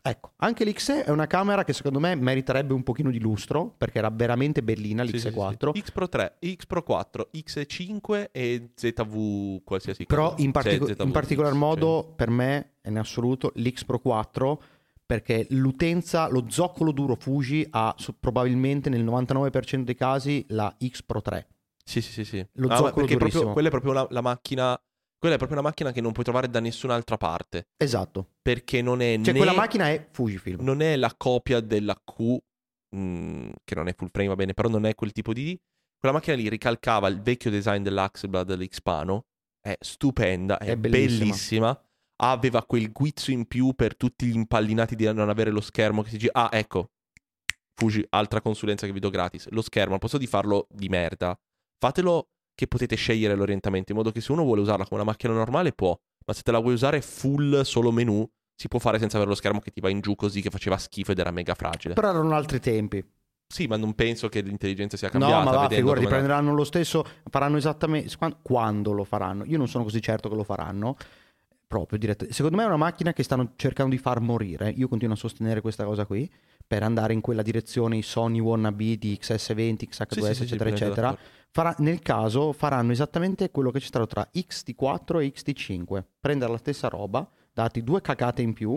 Speaker 2: Ecco, anche l'XE è una camera che secondo me meriterebbe un pochino di lustro, perché era veramente bellina
Speaker 1: Sì, sì, sì,
Speaker 2: l'XE4.
Speaker 1: sì. X Pro 3, X Pro 4, XE5 e ZV qualsiasi
Speaker 2: Però
Speaker 1: cosa.
Speaker 2: in, partico-
Speaker 1: Cioè, ZV,
Speaker 2: in particolar
Speaker 1: cioè,
Speaker 2: modo per me è in assoluto l'X Pro 4 perché l'utenza, lo zoccolo duro Fuji ha su- probabilmente nel 99% dei casi la X Pro 3.
Speaker 1: Sì, sì, sì, sì.
Speaker 2: Lo
Speaker 1: ma
Speaker 2: zoccolo
Speaker 1: perché proprio-
Speaker 2: durissimo.
Speaker 1: quella è proprio la, la macchina. Quella è proprio una macchina che non puoi trovare da nessun'altra parte.
Speaker 2: Esatto.
Speaker 1: Perché non è
Speaker 2: Cioè
Speaker 1: né-
Speaker 2: quella macchina è Fujifilm.
Speaker 1: non è la copia della Q, mh, che non è full frame, va bene, però non è quel tipo di. Quella macchina lì ricalcava il vecchio design dell'Axelblad dell'Xpano. È stupenda, è,
Speaker 2: È
Speaker 1: bellissima.
Speaker 2: bellissima.
Speaker 1: Aveva quel guizzo in più per tutti gli impallinati di non avere lo schermo che si gira. Ah, ecco. Fuji, altra consulenza che vi do gratis. Lo schermo, al posto di farlo di merda, fatelo che potete scegliere l'orientamento, in modo che se uno vuole usarla come una macchina normale può, ma se te la vuoi usare full solo menu, si può fare senza avere lo schermo che ti va in giù così, che faceva schifo ed era mega fragile.
Speaker 2: Però erano altri tempi.
Speaker 1: Sì, ma non penso che l'intelligenza sia cambiata.
Speaker 2: no, ma va,
Speaker 1: vedendo
Speaker 2: figurati,
Speaker 1: come-
Speaker 2: prenderanno lo stesso, faranno esattamente quan- quando lo faranno. Io non sono così certo che lo faranno. Proprio direttamente. Secondo me è una macchina che stanno cercando di far morire. Io continuo a sostenere questa cosa qui per andare in quella direzione i Sony wannabe di XS20,
Speaker 1: Sì,
Speaker 2: XH2S,
Speaker 1: sì, sì, sì,
Speaker 2: eccetera,
Speaker 1: prendo
Speaker 2: eccetera.
Speaker 1: d'accordo.
Speaker 2: Farà- nel caso faranno esattamente quello che c'è stato tra XT4 e XT5. Prendere la stessa roba, dati due cacate in più,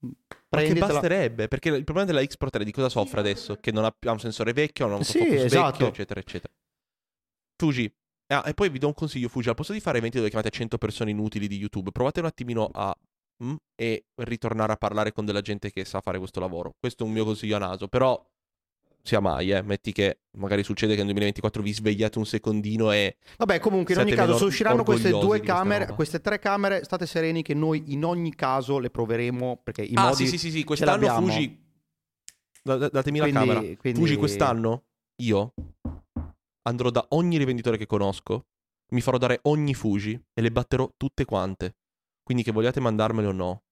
Speaker 1: Ma che
Speaker 2: prendetela.
Speaker 1: basterebbe, perché il problema della X Pro 3 di cosa soffre adesso? Che non ha più ha un sensore vecchio, non ha un
Speaker 2: Sì,
Speaker 1: autofocus
Speaker 2: esatto.
Speaker 1: vecchio, eccetera, eccetera. Fuji. Ah, e poi vi do un consiglio, Fuji, al posto di fare eventi dove chiamate 100 persone inutili di YouTube, provate un attimino a... mm, e ritornare a parlare con della gente che sa fare questo lavoro. Questo è un mio consiglio a naso, però sia mai, eh. Metti che magari succede che nel 2024 vi svegliate un secondino e...
Speaker 2: Vabbè, comunque, in
Speaker 1: Siete
Speaker 2: ogni caso,
Speaker 1: meno
Speaker 2: se usciranno queste
Speaker 1: orgogliosi
Speaker 2: due
Speaker 1: di questa
Speaker 2: camere,
Speaker 1: roba.
Speaker 2: queste tre camere, state sereni che noi in ogni caso le proveremo perché i
Speaker 1: ah,
Speaker 2: modi...
Speaker 1: sì, sì, sì, sì, quest'anno
Speaker 2: l'abbiamo.
Speaker 1: Fuji... Da- da- datemi la
Speaker 2: quindi-
Speaker 1: camera.
Speaker 2: quindi-
Speaker 1: Fuji quest'anno io andrò da ogni rivenditore che conosco, mi farò dare ogni Fuji e le batterò tutte quante. Quindi che vogliate mandarmele o no,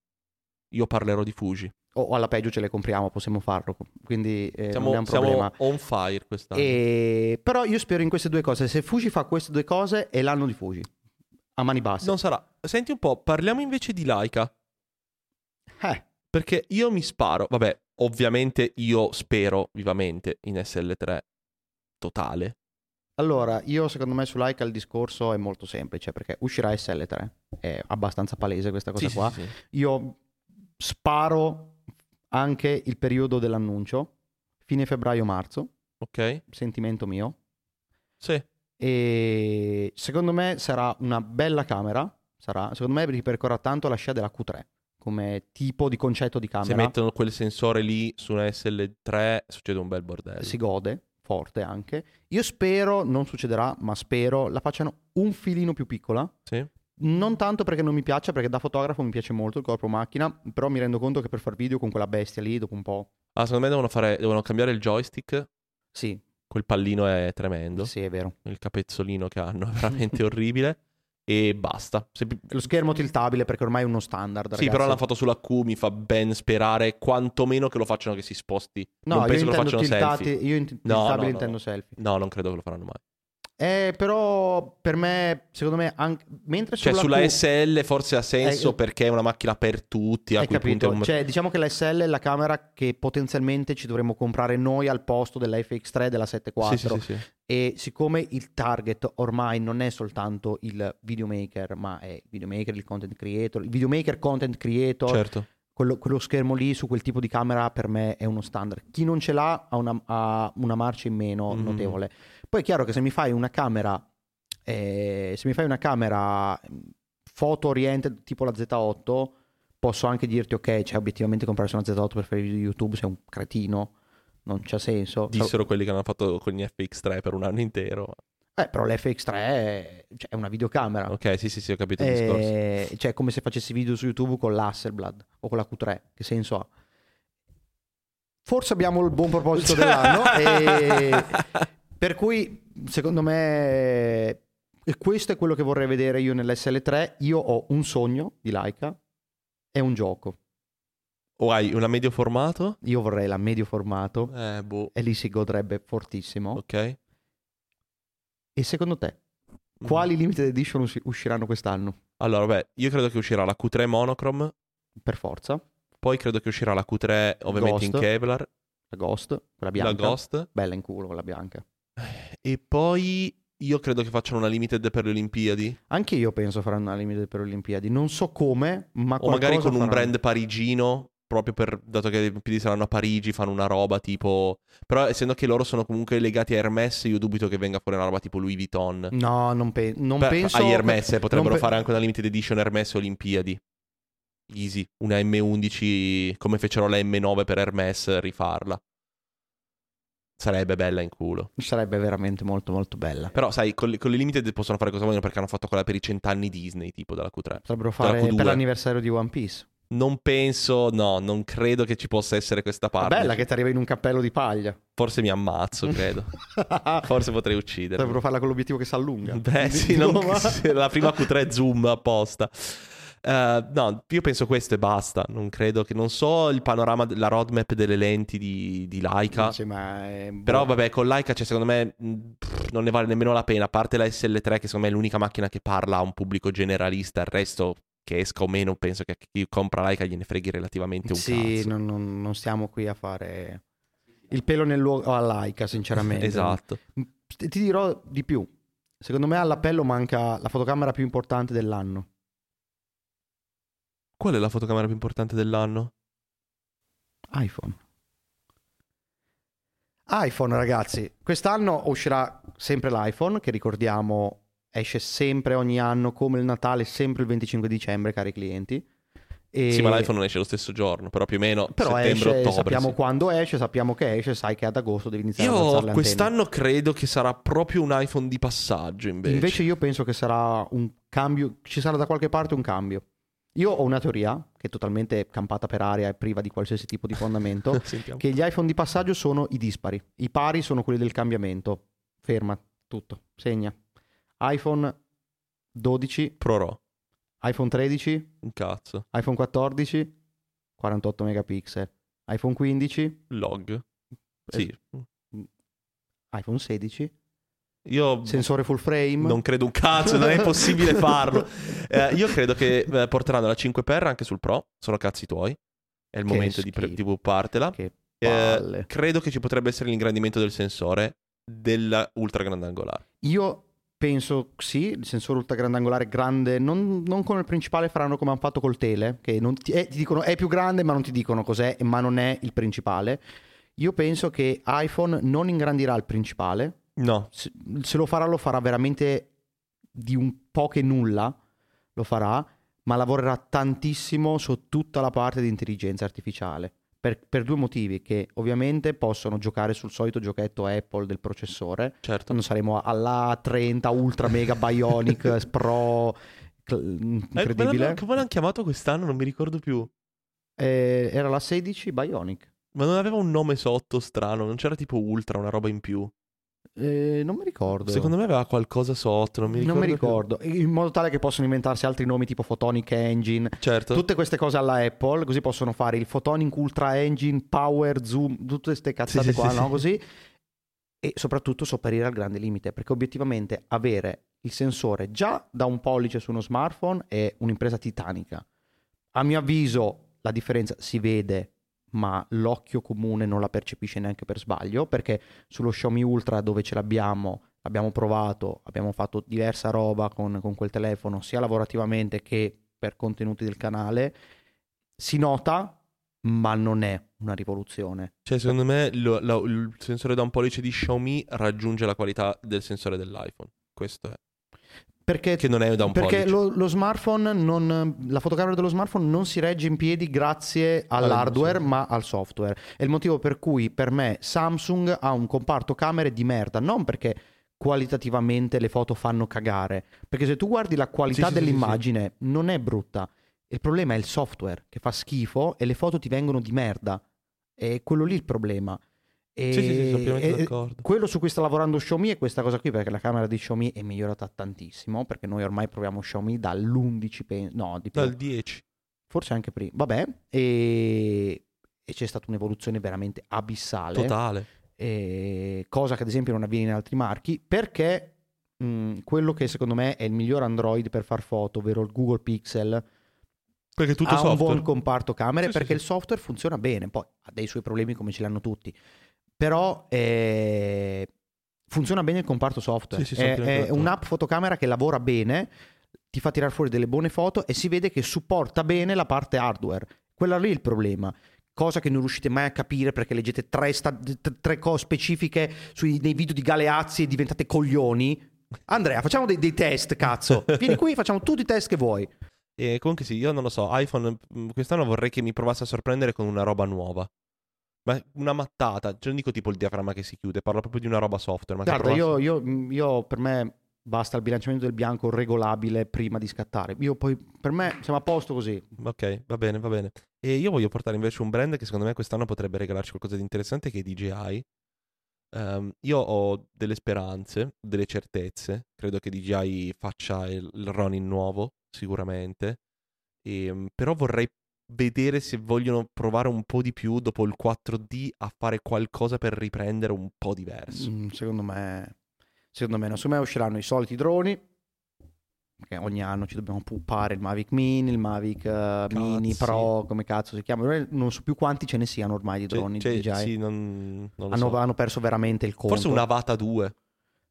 Speaker 1: io parlerò di Fuji.
Speaker 2: O o alla peggio ce le compriamo, possiamo farlo. Quindi eh, non
Speaker 1: Siamo,
Speaker 2: abbiamo
Speaker 1: siamo
Speaker 2: problema.
Speaker 1: on fire quest'anno.
Speaker 2: E- Però io spero in queste due cose. Se Fuji fa queste due cose, è l'anno di Fuji. A mani basse.
Speaker 1: Non sarà. Senti un po', parliamo invece di Laika.
Speaker 2: Eh,
Speaker 1: Perché io mi sparo, vabbè, ovviamente io spero vivamente in SL3 totale.
Speaker 2: allora, io secondo me su Laika il discorso è molto semplice perché uscirà SL3. È abbastanza palese questa cosa
Speaker 1: Sì,
Speaker 2: qua.
Speaker 1: sì, sì, sì.
Speaker 2: io sparo anche il periodo dell'annuncio, fine febbraio-marzo,
Speaker 1: Ok?
Speaker 2: sentimento mio.
Speaker 1: Sì.
Speaker 2: E secondo me sarà una bella camera, sarà, secondo me ripercorrerà tanto la scia della Q3 come tipo di concetto di
Speaker 1: Se
Speaker 2: camera,
Speaker 1: mettono quel sensore lì su una SL3 succede un bel bordello.
Speaker 2: si gode forte anche. Io spero, non succederà, ma spero la facciano un filino più piccola.
Speaker 1: Sì.
Speaker 2: Non tanto perché non mi piace, perché da fotografo mi piace molto il corpo macchina, però mi rendo conto che per far video con quella bestia lì dopo un po'...
Speaker 1: Ah, secondo me devono, fare, devono cambiare il joystick.
Speaker 2: Sì,
Speaker 1: Quel pallino è tremendo.
Speaker 2: sì è vero.
Speaker 1: Il capezzolino che hanno è veramente orribile. E basta. Se-
Speaker 2: Lo schermo tiltabile perché ormai è uno standard.
Speaker 1: Sì,
Speaker 2: ragazzi.
Speaker 1: però la foto sulla Q mi fa ben sperare. Quantomeno che lo facciano che si sposti.
Speaker 2: No,
Speaker 1: non penso
Speaker 2: io
Speaker 1: che lo
Speaker 2: intendo
Speaker 1: facciano
Speaker 2: tiltati-
Speaker 1: selfie.
Speaker 2: Io in- tiltabile
Speaker 1: No, no, no.
Speaker 2: intendo selfie.
Speaker 1: No, non credo che lo faranno mai.
Speaker 2: Eh, però per me, secondo me, anche, mentre
Speaker 1: Cioè,
Speaker 2: sulla,
Speaker 1: sulla
Speaker 2: Q-
Speaker 1: SL forse ha senso
Speaker 2: Eh,
Speaker 1: perché è una macchina per tutti. A
Speaker 2: Hai
Speaker 1: cui punto
Speaker 2: capito?
Speaker 1: è un-
Speaker 2: Cioè, diciamo che la SL è la camera che potenzialmente ci dovremmo comprare noi al posto della FX3 e della 7.4.
Speaker 1: Sì, sì, sì, sì.
Speaker 2: E siccome il target ormai non è soltanto il videomaker, ma è il videomaker, il content creator, il videomaker content creator,
Speaker 1: certo.
Speaker 2: quello, quello schermo lì su quel tipo di camera per me è uno standard. Chi non ce l'ha ha una, ha una marcia in meno
Speaker 1: Mm.
Speaker 2: notevole. Poi è chiaro che se mi fai una camera, eh, se mi fai una camera mm, foto oriented tipo la Z8, posso anche dirti ok, cioè obiettivamente comprarsi una Z8 per fare video di YouTube sei un cretino, non c'ha senso.
Speaker 1: Dissero quelli che hanno fatto con gli FX3 per un anno intero.
Speaker 2: Eh, però l'FX3 è, cioè, è una videocamera.
Speaker 1: Ok, sì, sì, sì, ho capito il discorso.
Speaker 2: Eh, cioè, è come se facessi video su YouTube con l'Hasselblad o con la Q3. Che senso ha? Forse abbiamo il buon proposito dell'anno. e- per cui, secondo me, e questo è quello che vorrei vedere io nell'SL3. Io ho un sogno di Laika e un gioco.
Speaker 1: O hai una medio formato?
Speaker 2: Io vorrei la medio formato
Speaker 1: Eh, boh.
Speaker 2: e lì si godrebbe fortissimo.
Speaker 1: Ok.
Speaker 2: E secondo te,
Speaker 1: Mm.
Speaker 2: quali limited edition usci- usciranno quest'anno?
Speaker 1: Allora, beh, io credo che uscirà la Q3 monochrome,
Speaker 2: Per forza,
Speaker 1: poi credo che uscirà la Q3 ovviamente in
Speaker 2: Ghost.
Speaker 1: Kevlar,
Speaker 2: la Ghost, quella
Speaker 1: la
Speaker 2: bianca.
Speaker 1: Ghost,
Speaker 2: Bella in culo quella bianca.
Speaker 1: e poi io credo che facciano una limited per le Olimpiadi,
Speaker 2: Anche io penso faranno una limite per le Olimpiadi. Non so come, ma
Speaker 1: o magari
Speaker 2: qualcosa
Speaker 1: con un
Speaker 2: faranno.
Speaker 1: brand parigino, proprio per, dato che le Olimpiadi saranno a Parigi, fanno una roba tipo... Però essendo che loro sono comunque legati a Hermes, io dubito che venga fuori una roba tipo Louis Vuitton.
Speaker 2: No, non, pe- non
Speaker 1: Beh,
Speaker 2: penso.
Speaker 1: agli Hermes eh, potrebbero
Speaker 2: non pe-
Speaker 1: fare anche una limited edition Hermes Olimpiadi. Easy, una M11 come fecero la M9 per Hermes, rifarla. Sarebbe bella in culo.
Speaker 2: Sarebbe veramente molto, molto bella.
Speaker 1: Però sai, con, le- con le limited possono fare cosa vogliono perché hanno fatto quella per i cent'anni Disney, tipo della Q3.
Speaker 2: Potrebbero
Speaker 1: Della
Speaker 2: fare
Speaker 1: Q2.
Speaker 2: per l'anniversario di One Piece.
Speaker 1: Non penso, no, non credo che ci possa essere questa
Speaker 2: È
Speaker 1: parte.
Speaker 2: bella che ti arriva in un cappello di paglia.
Speaker 1: Forse mi ammazzo, credo. Forse potrei uccidermi.
Speaker 2: Potrebbero farla con l'obiettivo che si allunga.
Speaker 1: Beh, Eh, sì,
Speaker 2: No,
Speaker 1: non-
Speaker 2: ma-
Speaker 1: sì, la prima Q3 zoom apposta. Eh, no, io penso questo e basta. Non credo che. Non so il panorama, la roadmap delle lenti di, di Leica.
Speaker 2: Dice, ma è-
Speaker 1: Però
Speaker 2: boh.
Speaker 1: vabbè, con Leica, cioè, secondo me, mh, pff, non ne vale nemmeno la pena. A parte la SL3, che secondo me è l'unica macchina che parla a un pubblico generalista. Il resto, che esca o meno, penso che a chi compra Leica gliene freghi relativamente un
Speaker 2: Sì,
Speaker 1: cazzo.
Speaker 2: non, non- non stiamo qui a fare il pelo nell'uovo a laica, sinceramente.
Speaker 1: Esatto.
Speaker 2: Mm, Ti ti dirò di più. Secondo me all'appello manca la fotocamera più importante dell'anno.
Speaker 1: Qual è la fotocamera più importante dell'anno?
Speaker 2: iPhone. iPhone, ragazzi. Quest'anno uscirà sempre l'iPhone, che ricordiamo esce sempre ogni anno, come il Natale, sempre il 25 dicembre, cari clienti. E-
Speaker 1: Sì, ma l'iPhone non esce lo stesso giorno, però più o meno
Speaker 2: Però esce,
Speaker 1: settembre-ottobre.
Speaker 2: sappiamo
Speaker 1: sì.
Speaker 2: quando esce, sappiamo che esce, sai che ad agosto devi iniziare ad
Speaker 1: Io
Speaker 2: alzare le antenne.
Speaker 1: quest'anno credo che sarà proprio un iPhone di passaggio invece.
Speaker 2: Invece io penso che sarà un cambio, ci sarà da qualche parte un cambio. Io ho una teoria, che è totalmente campata per aria e priva di qualsiasi tipo di fondamento,
Speaker 1: Sentiamo.
Speaker 2: che gli iPhone di passaggio sono i dispari, i pari sono quelli del cambiamento. Ferma, tutto, segna. iPhone 12,
Speaker 1: Prorò,
Speaker 2: iPhone 13,
Speaker 1: un cazzo.
Speaker 2: iPhone 14, 48 megapixel, iPhone 15,
Speaker 1: Log. Sì.
Speaker 2: iPhone 16,
Speaker 1: Io
Speaker 2: sensore full frame.
Speaker 1: non credo un cazzo, non è possibile farlo. Eh, io credo che eh, porteranno la 5PR anche sul Pro, sono cazzi tuoi. È il
Speaker 2: Che
Speaker 1: momento di, pre-
Speaker 2: schifo.
Speaker 1: di buppartela.
Speaker 2: Che
Speaker 1: Eh,
Speaker 2: palle.
Speaker 1: credo che ci potrebbe essere l'ingrandimento del sensore della ultra grandangolare.
Speaker 2: Io penso sì, il sensore ultragrandangolare grande, non, non come il principale, faranno come hanno fatto col tele, che non ti, eh, ti dicono è più grande ma non ti dicono cos'è, ma non è il principale. Io penso che iPhone non ingrandirà il principale,
Speaker 1: No,
Speaker 2: se, se lo farà lo farà veramente di un po' che nulla, lo farà, ma lavorerà tantissimo su tutta la parte di intelligenza artificiale. Per, per due motivi, che ovviamente possono giocare sul solito giochetto Apple del processore,
Speaker 1: certo.
Speaker 2: non saremo alla 30 ultra mega bionic pro cl-
Speaker 1: Eh, come
Speaker 2: incredibile
Speaker 1: l'hanno- come l'hanno chiamato quest'anno? Non mi ricordo più.
Speaker 2: Eh, era la 16 bionic
Speaker 1: Ma non aveva un nome sotto strano, non c'era tipo Ultra, una roba in più.
Speaker 2: Eh, non mi ricordo
Speaker 1: Secondo me aveva qualcosa sotto, non mi ricordo.
Speaker 2: non mi
Speaker 1: più.
Speaker 2: ricordo in modo tale che possono inventarsi altri nomi tipo photonic engine
Speaker 1: Certo.
Speaker 2: tutte queste cose alla Apple così possono fare il photonic ultra engine power zoom tutte queste cazzate
Speaker 1: sì,
Speaker 2: qua
Speaker 1: sì,
Speaker 2: no
Speaker 1: sì.
Speaker 2: così e soprattutto sopperire al grande limite, perché obiettivamente avere il sensore già da un pollice su uno smartphone è un'impresa titanica. A mio avviso la differenza si vede, ma l'occhio comune non la percepisce neanche per sbaglio, perché sullo Xiaomi Ultra dove ce l'abbiamo, abbiamo provato, abbiamo fatto diversa roba con, con quel telefono, sia lavorativamente che per contenuti del canale, si nota, ma non è una rivoluzione.
Speaker 1: Cioè, secondo me lo- lo- il sensore da un pollice di Xiaomi raggiunge la qualità del sensore dell'iPhone. Questo è.
Speaker 2: Perché
Speaker 1: Che non è da un
Speaker 2: Perché
Speaker 1: pollice.
Speaker 2: lo, lo smartphone, non, la fotocamera dello smartphone non si regge in piedi grazie all'hardware ma al software. È il motivo per cui per me Samsung ha un comparto camere di merda, non perché qualitativamente le foto fanno cagare, perché se tu guardi la qualità
Speaker 1: Sì, sì, sì,
Speaker 2: dell'immagine non è brutta, il problema è il software che fa schifo e le foto ti vengono di merda. È quello lì il problema. E,
Speaker 1: Sì, sì, sì, sono pienamente
Speaker 2: e-
Speaker 1: d'accordo.
Speaker 2: quello su cui sta lavorando Xiaomi è questa cosa qui, perché la camera di Xiaomi è migliorata tantissimo, perché noi ormai proviamo Xiaomi dall'11, pen- no, di più,
Speaker 1: Dal 10.
Speaker 2: forse anche prima, vabbè, e, e c'è stata un'evoluzione veramente abissale,
Speaker 1: Totale.
Speaker 2: e- cosa che ad esempio non avviene in altri marchi, perché mh, quello che secondo me è il miglior Android per far foto, ovvero il Google Pixel,
Speaker 1: Perché tutto
Speaker 2: ha
Speaker 1: software.
Speaker 2: un buon comparto camere
Speaker 1: Sì, sì, sì.
Speaker 2: perché il software funziona bene, poi ha dei suoi problemi come ce l'hanno tutti, però eh, funziona bene il comparto software,
Speaker 1: Sì, sì, sono
Speaker 2: è,
Speaker 1: pienamente
Speaker 2: è
Speaker 1: d'accordo.
Speaker 2: un'app fotocamera che lavora bene, ti fa tirare fuori delle buone foto e si vede che supporta bene la parte hardware, quella lì è il problema. Cosa che non riuscite mai a capire perché leggete tre, sta- t- tre cose specifiche sui, nei video di Galeazzi e diventate coglioni. Andrea, facciamo dei, dei test, cazzo. Vieni qui, facciamo tutti i test che vuoi.
Speaker 1: E comunque sì, io non lo so, iPhone mh, quest'anno vorrei che mi provasse a sorprendere con una roba nuova. Ma una mattata, cioè non dico tipo il diaframma che si chiude, parlo proprio di una roba software. Ma che
Speaker 2: Guarda,
Speaker 1: provasse-
Speaker 2: io, io- mm, io- per me basta il bilanciamento del bianco regolabile prima di scattare. Io poi, per me siamo a posto così.
Speaker 1: Eh Ok, va bene, va bene. E io voglio portare invece un brand che secondo me quest'anno potrebbe regalarci qualcosa di interessante, che è DJI. Ehm, io ho delle speranze, delle certezze. Credo che DJI faccia il, il Ronin nuovo, sicuramente. Ehm, però vorrei vedere se vogliono provare un po' di più dopo il 4D a fare qualcosa per riprendere un po' diverso.
Speaker 2: Mm, secondo me, secondo me, no. secondo me usciranno i soliti droni. Perché ogni anno ci dobbiamo puppare il Mavic Mini, il Mavic eh, Mini
Speaker 1: Cazzo.
Speaker 2: Pro, come cazzo si chiama. Non so più quanti ce ne siano ormai di
Speaker 1: Cioè-
Speaker 2: droni
Speaker 1: cioè,
Speaker 2: di DJI.
Speaker 1: sì, non, non lo
Speaker 2: hanno,
Speaker 1: so.
Speaker 2: hanno perso veramente il conto.
Speaker 1: Forse una Vata 2.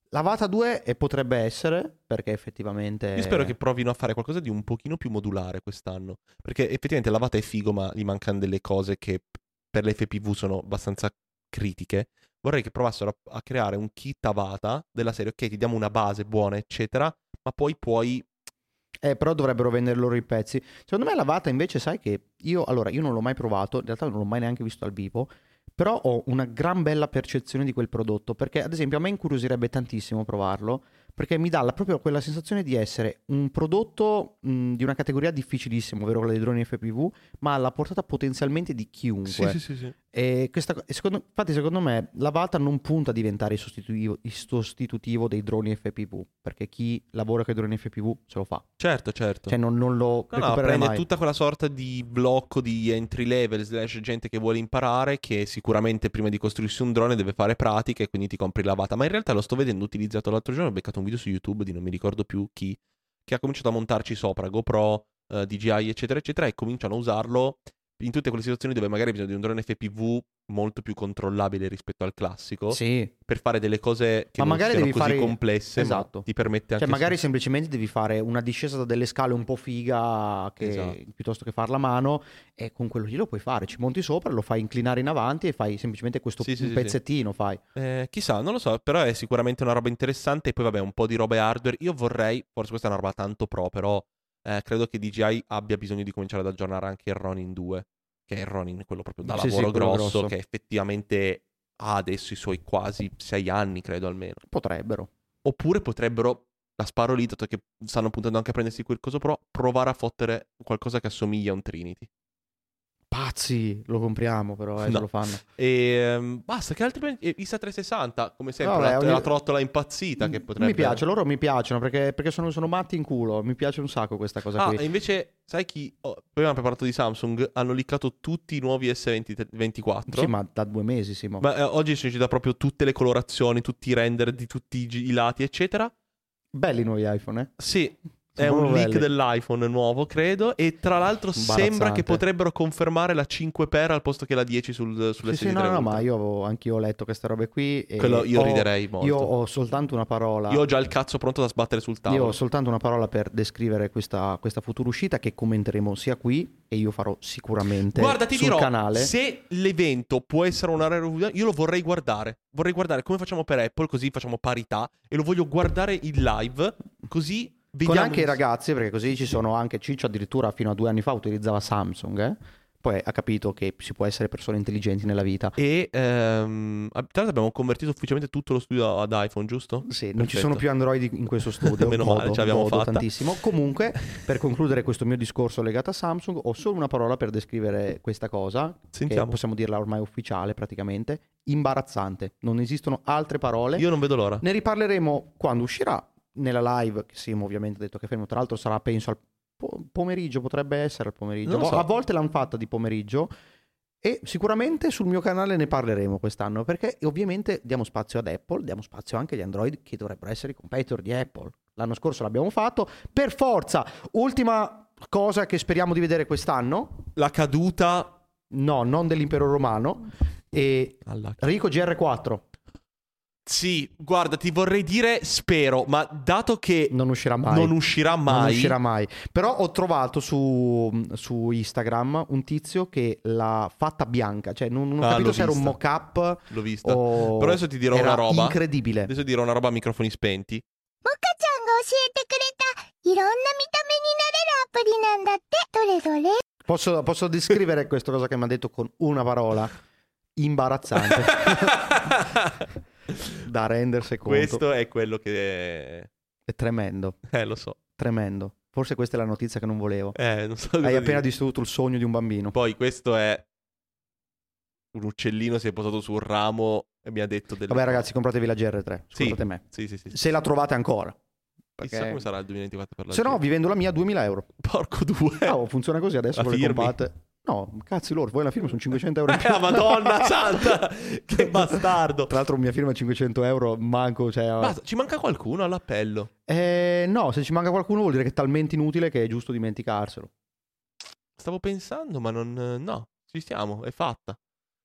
Speaker 2: La Vata 2 e potrebbe essere, perché effettivamente...
Speaker 1: Io spero che provino a fare qualcosa di un pochino più modulare quest'anno. Perché effettivamente la vata è figo, ma gli mancano delle cose che p- per le FPV sono abbastanza critiche. Vorrei che provassero a, a creare un kit a vata della serie, ok, ti diamo una base buona, eccetera, ma poi puoi...
Speaker 2: Eh, però dovrebbero vendere loro i pezzi. Secondo me la Vata invece, sai che io, allora, io non l'ho mai provato, in realtà non l'ho mai neanche visto al vivo, però ho una gran bella percezione di quel prodotto, perché ad esempio a me incuriosirebbe tantissimo provarlo, perché mi dà la- proprio quella sensazione di essere un prodotto mh, di una categoria difficilissima, ovvero quella dei droni FPV, ma alla portata potenzialmente di chiunque.
Speaker 1: sì, sì.
Speaker 2: E questa co- e secondo- infatti, secondo me, la Vata non punta a diventare il sostitutivo, il sostitutivo dei droni FPV, perché chi lavora con i droni FPV se lo fa.
Speaker 1: Certo, certo.
Speaker 2: Cioè, non, non lo
Speaker 1: No, no,
Speaker 2: recupererai
Speaker 1: prende
Speaker 2: mai.
Speaker 1: tutta quella sorta di blocco di entry level slash gente che vuole imparare che sicuramente prima di costruirsi un drone deve fare pratica e quindi ti compri la vata. Ma in realtà lo sto vedendo utilizzato l'altro giorno, ho beccato un video su YouTube di non mi ricordo più chi, che ha cominciato a montarci sopra GoPro, eh, DJI eccetera eccetera e cominciano a usarlo in tutte quelle situazioni dove magari bisogna di un drone FPV molto più controllabile rispetto al classico
Speaker 2: Sì,
Speaker 1: per fare delle cose che
Speaker 2: Ma
Speaker 1: non
Speaker 2: magari
Speaker 1: siano
Speaker 2: devi
Speaker 1: così
Speaker 2: fare-
Speaker 1: complesse ma
Speaker 2: esatto.
Speaker 1: ti permette anche
Speaker 2: cioè magari semplicemente devi fare una discesa da delle scale un po' figa che-
Speaker 1: Esatto.
Speaker 2: piuttosto che farla a mano e con quello lì lo puoi fare, ci monti sopra, lo fai inclinare in avanti e fai semplicemente questo
Speaker 1: Sì, sì,
Speaker 2: un
Speaker 1: sì, sì.
Speaker 2: pezzettino, fai.
Speaker 1: Eh, chissà, non lo so, però è sicuramente una roba interessante. E poi, vabbè, un po' di robe hardware. Io vorrei, forse questa è una roba tanto pro, però eh, credo che DJI abbia bisogno di cominciare ad aggiornare anche il Ronin 2, che è il Ronin, quello proprio da
Speaker 2: Sì, sì,
Speaker 1: lavoro
Speaker 2: quello
Speaker 1: grosso,
Speaker 2: grosso.
Speaker 1: che effettivamente ha adesso i suoi quasi sei anni, credo almeno.
Speaker 2: Potrebbero.
Speaker 1: Oppure potrebbero, la sparo lì, dato che stanno puntando anche a prendersi quel coso pro, provare a fottere qualcosa che assomiglia a un Trinity.
Speaker 2: Pazzi, lo compriamo però, eh, se
Speaker 1: No.
Speaker 2: lo fanno.
Speaker 1: E ehm, basta, che altri... eh, Isa 360, come sempre,
Speaker 2: Vabbè,
Speaker 1: la,
Speaker 2: ogni-
Speaker 1: la trottola impazzita che potrebbe...
Speaker 2: Mi piace, loro mi piacciono perché, perché sono, sono matti in culo, mi piace un sacco questa cosa
Speaker 1: Ah,
Speaker 2: qui.
Speaker 1: e invece, sai chi... oh, prima abbiamo parlato di Samsung, hanno liccato tutti i nuovi S24.
Speaker 2: Sì, ma da due mesi, Simo.
Speaker 1: Ma eh, oggi sono uscite proprio tutte le colorazioni, tutti i render di tutti i, gi- i lati, eccetera.
Speaker 2: Belli i nuovi iPhone, eh?
Speaker 1: Sì, è
Speaker 2: Sono
Speaker 1: un
Speaker 2: proprio
Speaker 1: leak
Speaker 2: belli.
Speaker 1: dell'iPhone nuovo, credo. E tra l'altro sembra
Speaker 2: Imbarazzante.
Speaker 1: che potrebbero confermare la 5 per al posto che la 10 sul, sulle
Speaker 2: Sì, sì, no, no, ma io avevo, anch'io ho letto queste robe qui. E
Speaker 1: Quello io
Speaker 2: ho-
Speaker 1: riderei molto.
Speaker 2: Io ho soltanto una parola.
Speaker 1: Io ho già il cazzo pronto da sbattere sul
Speaker 2: Io
Speaker 1: tavolo.
Speaker 2: ho soltanto una parola per descrivere questa, questa futura uscita che commenteremo sia qui e io farò sicuramente
Speaker 1: Guarda, ti
Speaker 2: sul
Speaker 1: dirò,
Speaker 2: canale.
Speaker 1: se l'evento può essere una rare reunion, io lo vorrei guardare. Vorrei guardare come facciamo per Apple, così facciamo parità. E lo voglio guardare in live, così
Speaker 2: Con
Speaker 1: vediamo...
Speaker 2: anche i ragazzi, perché così ci sono anche Ciccio addirittura fino a due anni fa utilizzava Samsung, eh? poi ha capito che si può essere persone intelligenti nella vita.
Speaker 1: E ehm, ab- tra l'altro abbiamo convertito ufficialmente tutto lo studio ad iPhone, giusto?
Speaker 2: Sì, non ci
Speaker 1: Perfetto.
Speaker 2: sono più Android in questo studio.
Speaker 1: Meno
Speaker 2: godo,
Speaker 1: male, ce l'abbiamo
Speaker 2: godo
Speaker 1: fatta.
Speaker 2: tantissimo. Comunque, per concludere questo mio discorso legato a Samsung, ho solo una parola per descrivere questa cosa, che
Speaker 1: Sentiamo.
Speaker 2: possiamo dirla ormai ufficiale praticamente, imbarazzante. Non esistono altre parole.
Speaker 1: Io non vedo l'ora.
Speaker 2: Ne riparleremo quando uscirà nella live, che Simo ovviamente ha detto che è fermo, tra l'altro sarà penso al po- pomeriggio, potrebbe essere al pomeriggio.
Speaker 1: Non lo so.
Speaker 2: A volte l'hanno fatta di pomeriggio e sicuramente sul mio canale ne parleremo quest'anno perché ovviamente diamo spazio ad Apple, diamo spazio anche agli Android che dovrebbero essere i competitor di Apple. L'anno scorso l'abbiamo fatto, per forza. Ultima cosa che speriamo di vedere quest'anno,
Speaker 1: La caduta
Speaker 2: no, non dell'impero romano, e
Speaker 1: alla...
Speaker 2: Rico GR4
Speaker 1: Sì, guarda, ti vorrei dire spero, ma dato che
Speaker 2: non uscirà mai.
Speaker 1: non uscirà mai,
Speaker 2: Non uscirà mai. Però ho trovato su, su Instagram un tizio che l'ha fatta bianca. Cioè, non, non ho
Speaker 1: Ah,
Speaker 2: capito
Speaker 1: l'ho
Speaker 2: se era un
Speaker 1: vista.
Speaker 2: mock-up
Speaker 1: l'ho vista.
Speaker 2: o.
Speaker 1: Però adesso ti dirò
Speaker 2: era
Speaker 1: una roba.
Speaker 2: Incredibile.
Speaker 1: Adesso dirò una roba a microfoni spenti.
Speaker 3: モカちゃんが教えてくれたいろんな見た目になれるアプリなんだってどれどれ
Speaker 2: Posso, posso descrivere questa cosa che mi ha detto con una parola? Imbarazzante. da rendersi conto.
Speaker 1: Questo è quello che... È...
Speaker 2: È tremendo,
Speaker 1: Eh, lo so.
Speaker 2: tremendo. Forse questa è la notizia che non volevo.
Speaker 1: Eh, non so cosa
Speaker 2: Hai
Speaker 1: dire.
Speaker 2: appena distrutto il sogno di un bambino.
Speaker 1: Poi questo è... Un uccellino si è posato su un ramo e mi ha detto del...
Speaker 2: Vabbè, ragazzi, compratevi la GR3.
Speaker 1: Sì.
Speaker 2: Scusate me.
Speaker 1: Sì, sì, sì. sì.
Speaker 2: Se la trovate ancora.
Speaker 1: Chissà
Speaker 2: perché-
Speaker 1: come sarà il 2024 per la
Speaker 2: Se no,
Speaker 1: gente.
Speaker 2: vivendo la mia, 2000 euro.
Speaker 1: Porco due.
Speaker 2: Ah, oh, funziona così adesso.
Speaker 1: La
Speaker 2: voi le
Speaker 1: firmi?
Speaker 2: comprate. No, cazzi loro, voi la firma sono 500 euro in
Speaker 1: Eh,
Speaker 2: più.
Speaker 1: la Madonna santa! Che bastardo!
Speaker 2: Tra l'altro mia firma è 500 euro, manco... Cioè,
Speaker 1: Basta, ci manca qualcuno all'appello.
Speaker 2: eh, no, se ci manca qualcuno vuol dire che è talmente inutile che è giusto dimenticarselo.
Speaker 1: Stavo pensando, ma non. eh, No, ci stiamo, è fatta.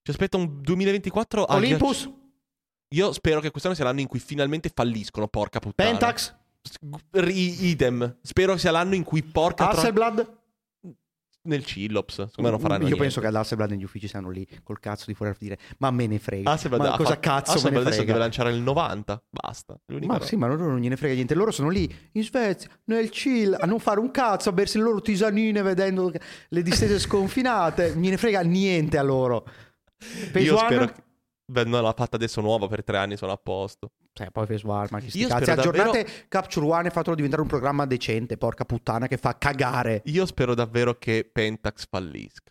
Speaker 1: Ci aspetta un 2024 a
Speaker 2: Olympus,
Speaker 1: Io spero che quest'anno sia l'anno in cui finalmente falliscono, porca puttana.
Speaker 2: Pentax,
Speaker 1: S- ri- idem. Spero sia l'anno in cui porca tro-
Speaker 2: Hasselblad.
Speaker 1: nel Cillops. Come non faranno
Speaker 2: Io
Speaker 1: niente.
Speaker 2: penso che ad Hasselblad negli uffici siano lì col cazzo di fuori a dire ma me ne frega.
Speaker 1: Hasselblad
Speaker 2: ma
Speaker 1: ha
Speaker 2: cosa
Speaker 1: fatto-
Speaker 2: cazzo me
Speaker 1: Hasselblad
Speaker 2: ne
Speaker 1: adesso
Speaker 2: frega.
Speaker 1: deve lanciare il 90. Basta. L'unica
Speaker 2: Ma
Speaker 1: roba.
Speaker 2: sì, ma loro non gliene frega niente. Loro sono lì in Svezia, nel chill, a non fare un cazzo, a bersi le loro tisanine vedendo le distese sconfinate. Non gliene frega niente a loro. Phase
Speaker 1: Io
Speaker 2: One?
Speaker 1: spero. Che... Beh, no, l'ha fatta adesso nuova per tre anni, sono a posto.
Speaker 2: Cioè, poi Face War, ma che sti
Speaker 1: Io
Speaker 2: cazzi.
Speaker 1: spero
Speaker 2: Aggiornate Capture One e fatelo diventare un programma decente, porca puttana, che fa cagare.
Speaker 1: Io spero davvero che Pentax fallisca.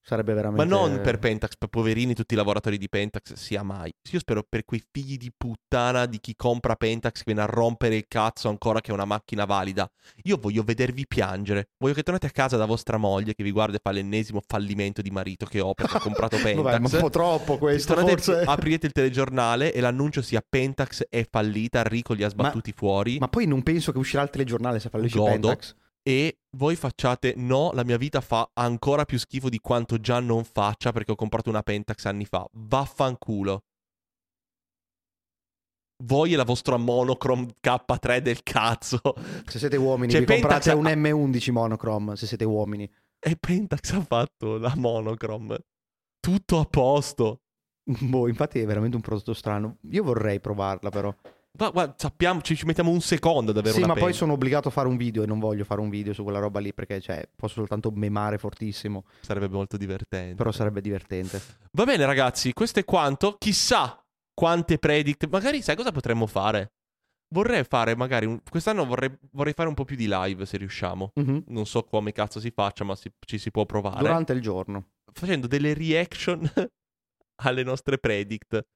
Speaker 2: Sarebbe
Speaker 1: Ma
Speaker 2: veramente...
Speaker 1: non per Pentax, per poverini tutti i lavoratori di Pentax, sia mai. Io spero per quei figli di puttana di chi compra Pentax che viene a rompere il cazzo ancora che è una macchina valida. Io voglio vedervi piangere. Voglio che tornate a casa da vostra moglie che vi guarda e fa l'ennesimo fallimento di marito che ho perché ho comprato Pentax.
Speaker 2: Vabbè, ma un po' troppo questo,
Speaker 1: Tornate-
Speaker 2: forse.
Speaker 1: Aprite il telegiornale e l'annuncio sia Pentax è fallita, Rico li ha sbattuti fuori
Speaker 2: Ma poi non penso che uscirà il telegiornale se fallisce
Speaker 1: Godo.
Speaker 2: Pentax.
Speaker 1: e voi facciate no, la mia vita fa ancora più schifo di quanto già non faccia perché ho comprato una Pentax anni fa. Vaffanculo. Voi e la vostra monochrome K3 del cazzo.
Speaker 2: Se siete uomini,
Speaker 1: Cioè,
Speaker 2: vi
Speaker 1: Pentax
Speaker 2: comprate
Speaker 1: ha-
Speaker 2: un M11 monochrome, se siete uomini.
Speaker 1: E Pentax ha fatto la monochrome. Tutto a posto.
Speaker 2: Boh, infatti è veramente un prodotto strano. Io vorrei provarla però.
Speaker 1: Ma guarda, sappiamo, ci, ci mettiamo un secondo ad avere
Speaker 2: Sì,
Speaker 1: una
Speaker 2: ma poi
Speaker 1: Pentax.
Speaker 2: sono obbligato a fare un video e non voglio fare un video su quella roba lì perché cioè, posso soltanto memare fortissimo,
Speaker 1: Sarebbe molto divertente.
Speaker 2: però sarebbe divertente.
Speaker 1: Va bene, ragazzi, questo è quanto. Chissà quante predict. Magari sai cosa potremmo fare? Vorrei fare magari un... Quest'anno vorrei, vorrei fare un po' più di live se riusciamo.
Speaker 2: Mhm.
Speaker 1: Non so come cazzo si faccia, ma si- ci si può provare.
Speaker 2: Durante il giorno.
Speaker 1: Facendo delle reaction alle nostre predict.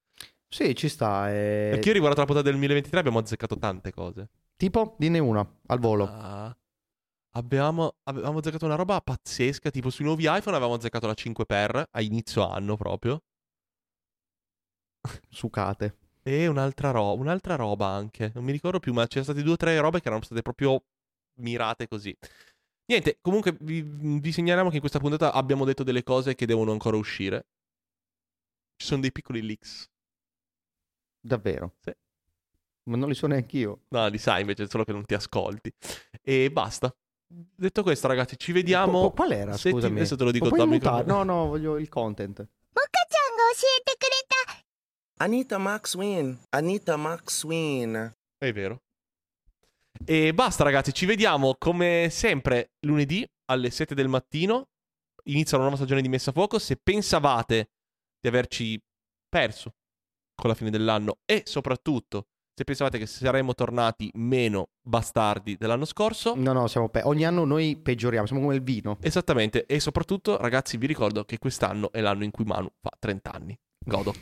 Speaker 2: Sì, ci sta. eh.
Speaker 1: Perché io riguardo la puntata del 2023 abbiamo azzeccato tante cose.
Speaker 2: Tipo, dinne una al volo.
Speaker 1: Ah. abbiamo, abbiamo azzeccato una roba pazzesca. Tipo sui nuovi iPhone avevamo azzeccato la 5x a inizio anno proprio.
Speaker 2: Sucate.
Speaker 1: E un'altra, ro- un'altra roba anche. Non mi ricordo più, ma c'erano state due o tre robe che erano state proprio mirate così. Niente, comunque vi, vi segnaliamo che in questa puntata abbiamo detto delle cose che devono ancora uscire. Ci sono dei piccoli leaks.
Speaker 2: Davvero.
Speaker 1: Sì.
Speaker 2: Ma non li so neanche io.
Speaker 1: No, li sai invece, solo che non ti ascolti. E basta. Detto questo, ragazzi, ci vediamo.
Speaker 2: Qu- qual era,
Speaker 1: Se ti-
Speaker 2: scusami?
Speaker 1: adesso te lo dico,
Speaker 2: Lo puoi
Speaker 1: Tommy,
Speaker 2: mutare?
Speaker 1: come-
Speaker 2: No, no, voglio il content.
Speaker 3: モカちゃんが教えてくれた
Speaker 4: Anita Maxwin. Anita Maxwin.
Speaker 1: È vero. E basta, ragazzi. Ci vediamo come sempre lunedì alle 7 del mattino. Inizia la nuova stagione di Messa a Fuoco. Se pensavate di averci perso con la fine dell'anno e soprattutto se pensavate che saremmo tornati meno bastardi dell'anno scorso,
Speaker 2: No, no, siamo pe- ogni anno noi peggioriamo, siamo come il vino.
Speaker 1: esattamente. E soprattutto, ragazzi, vi ricordo che quest'anno è l'anno in cui Manu fa 30 anni. Godo.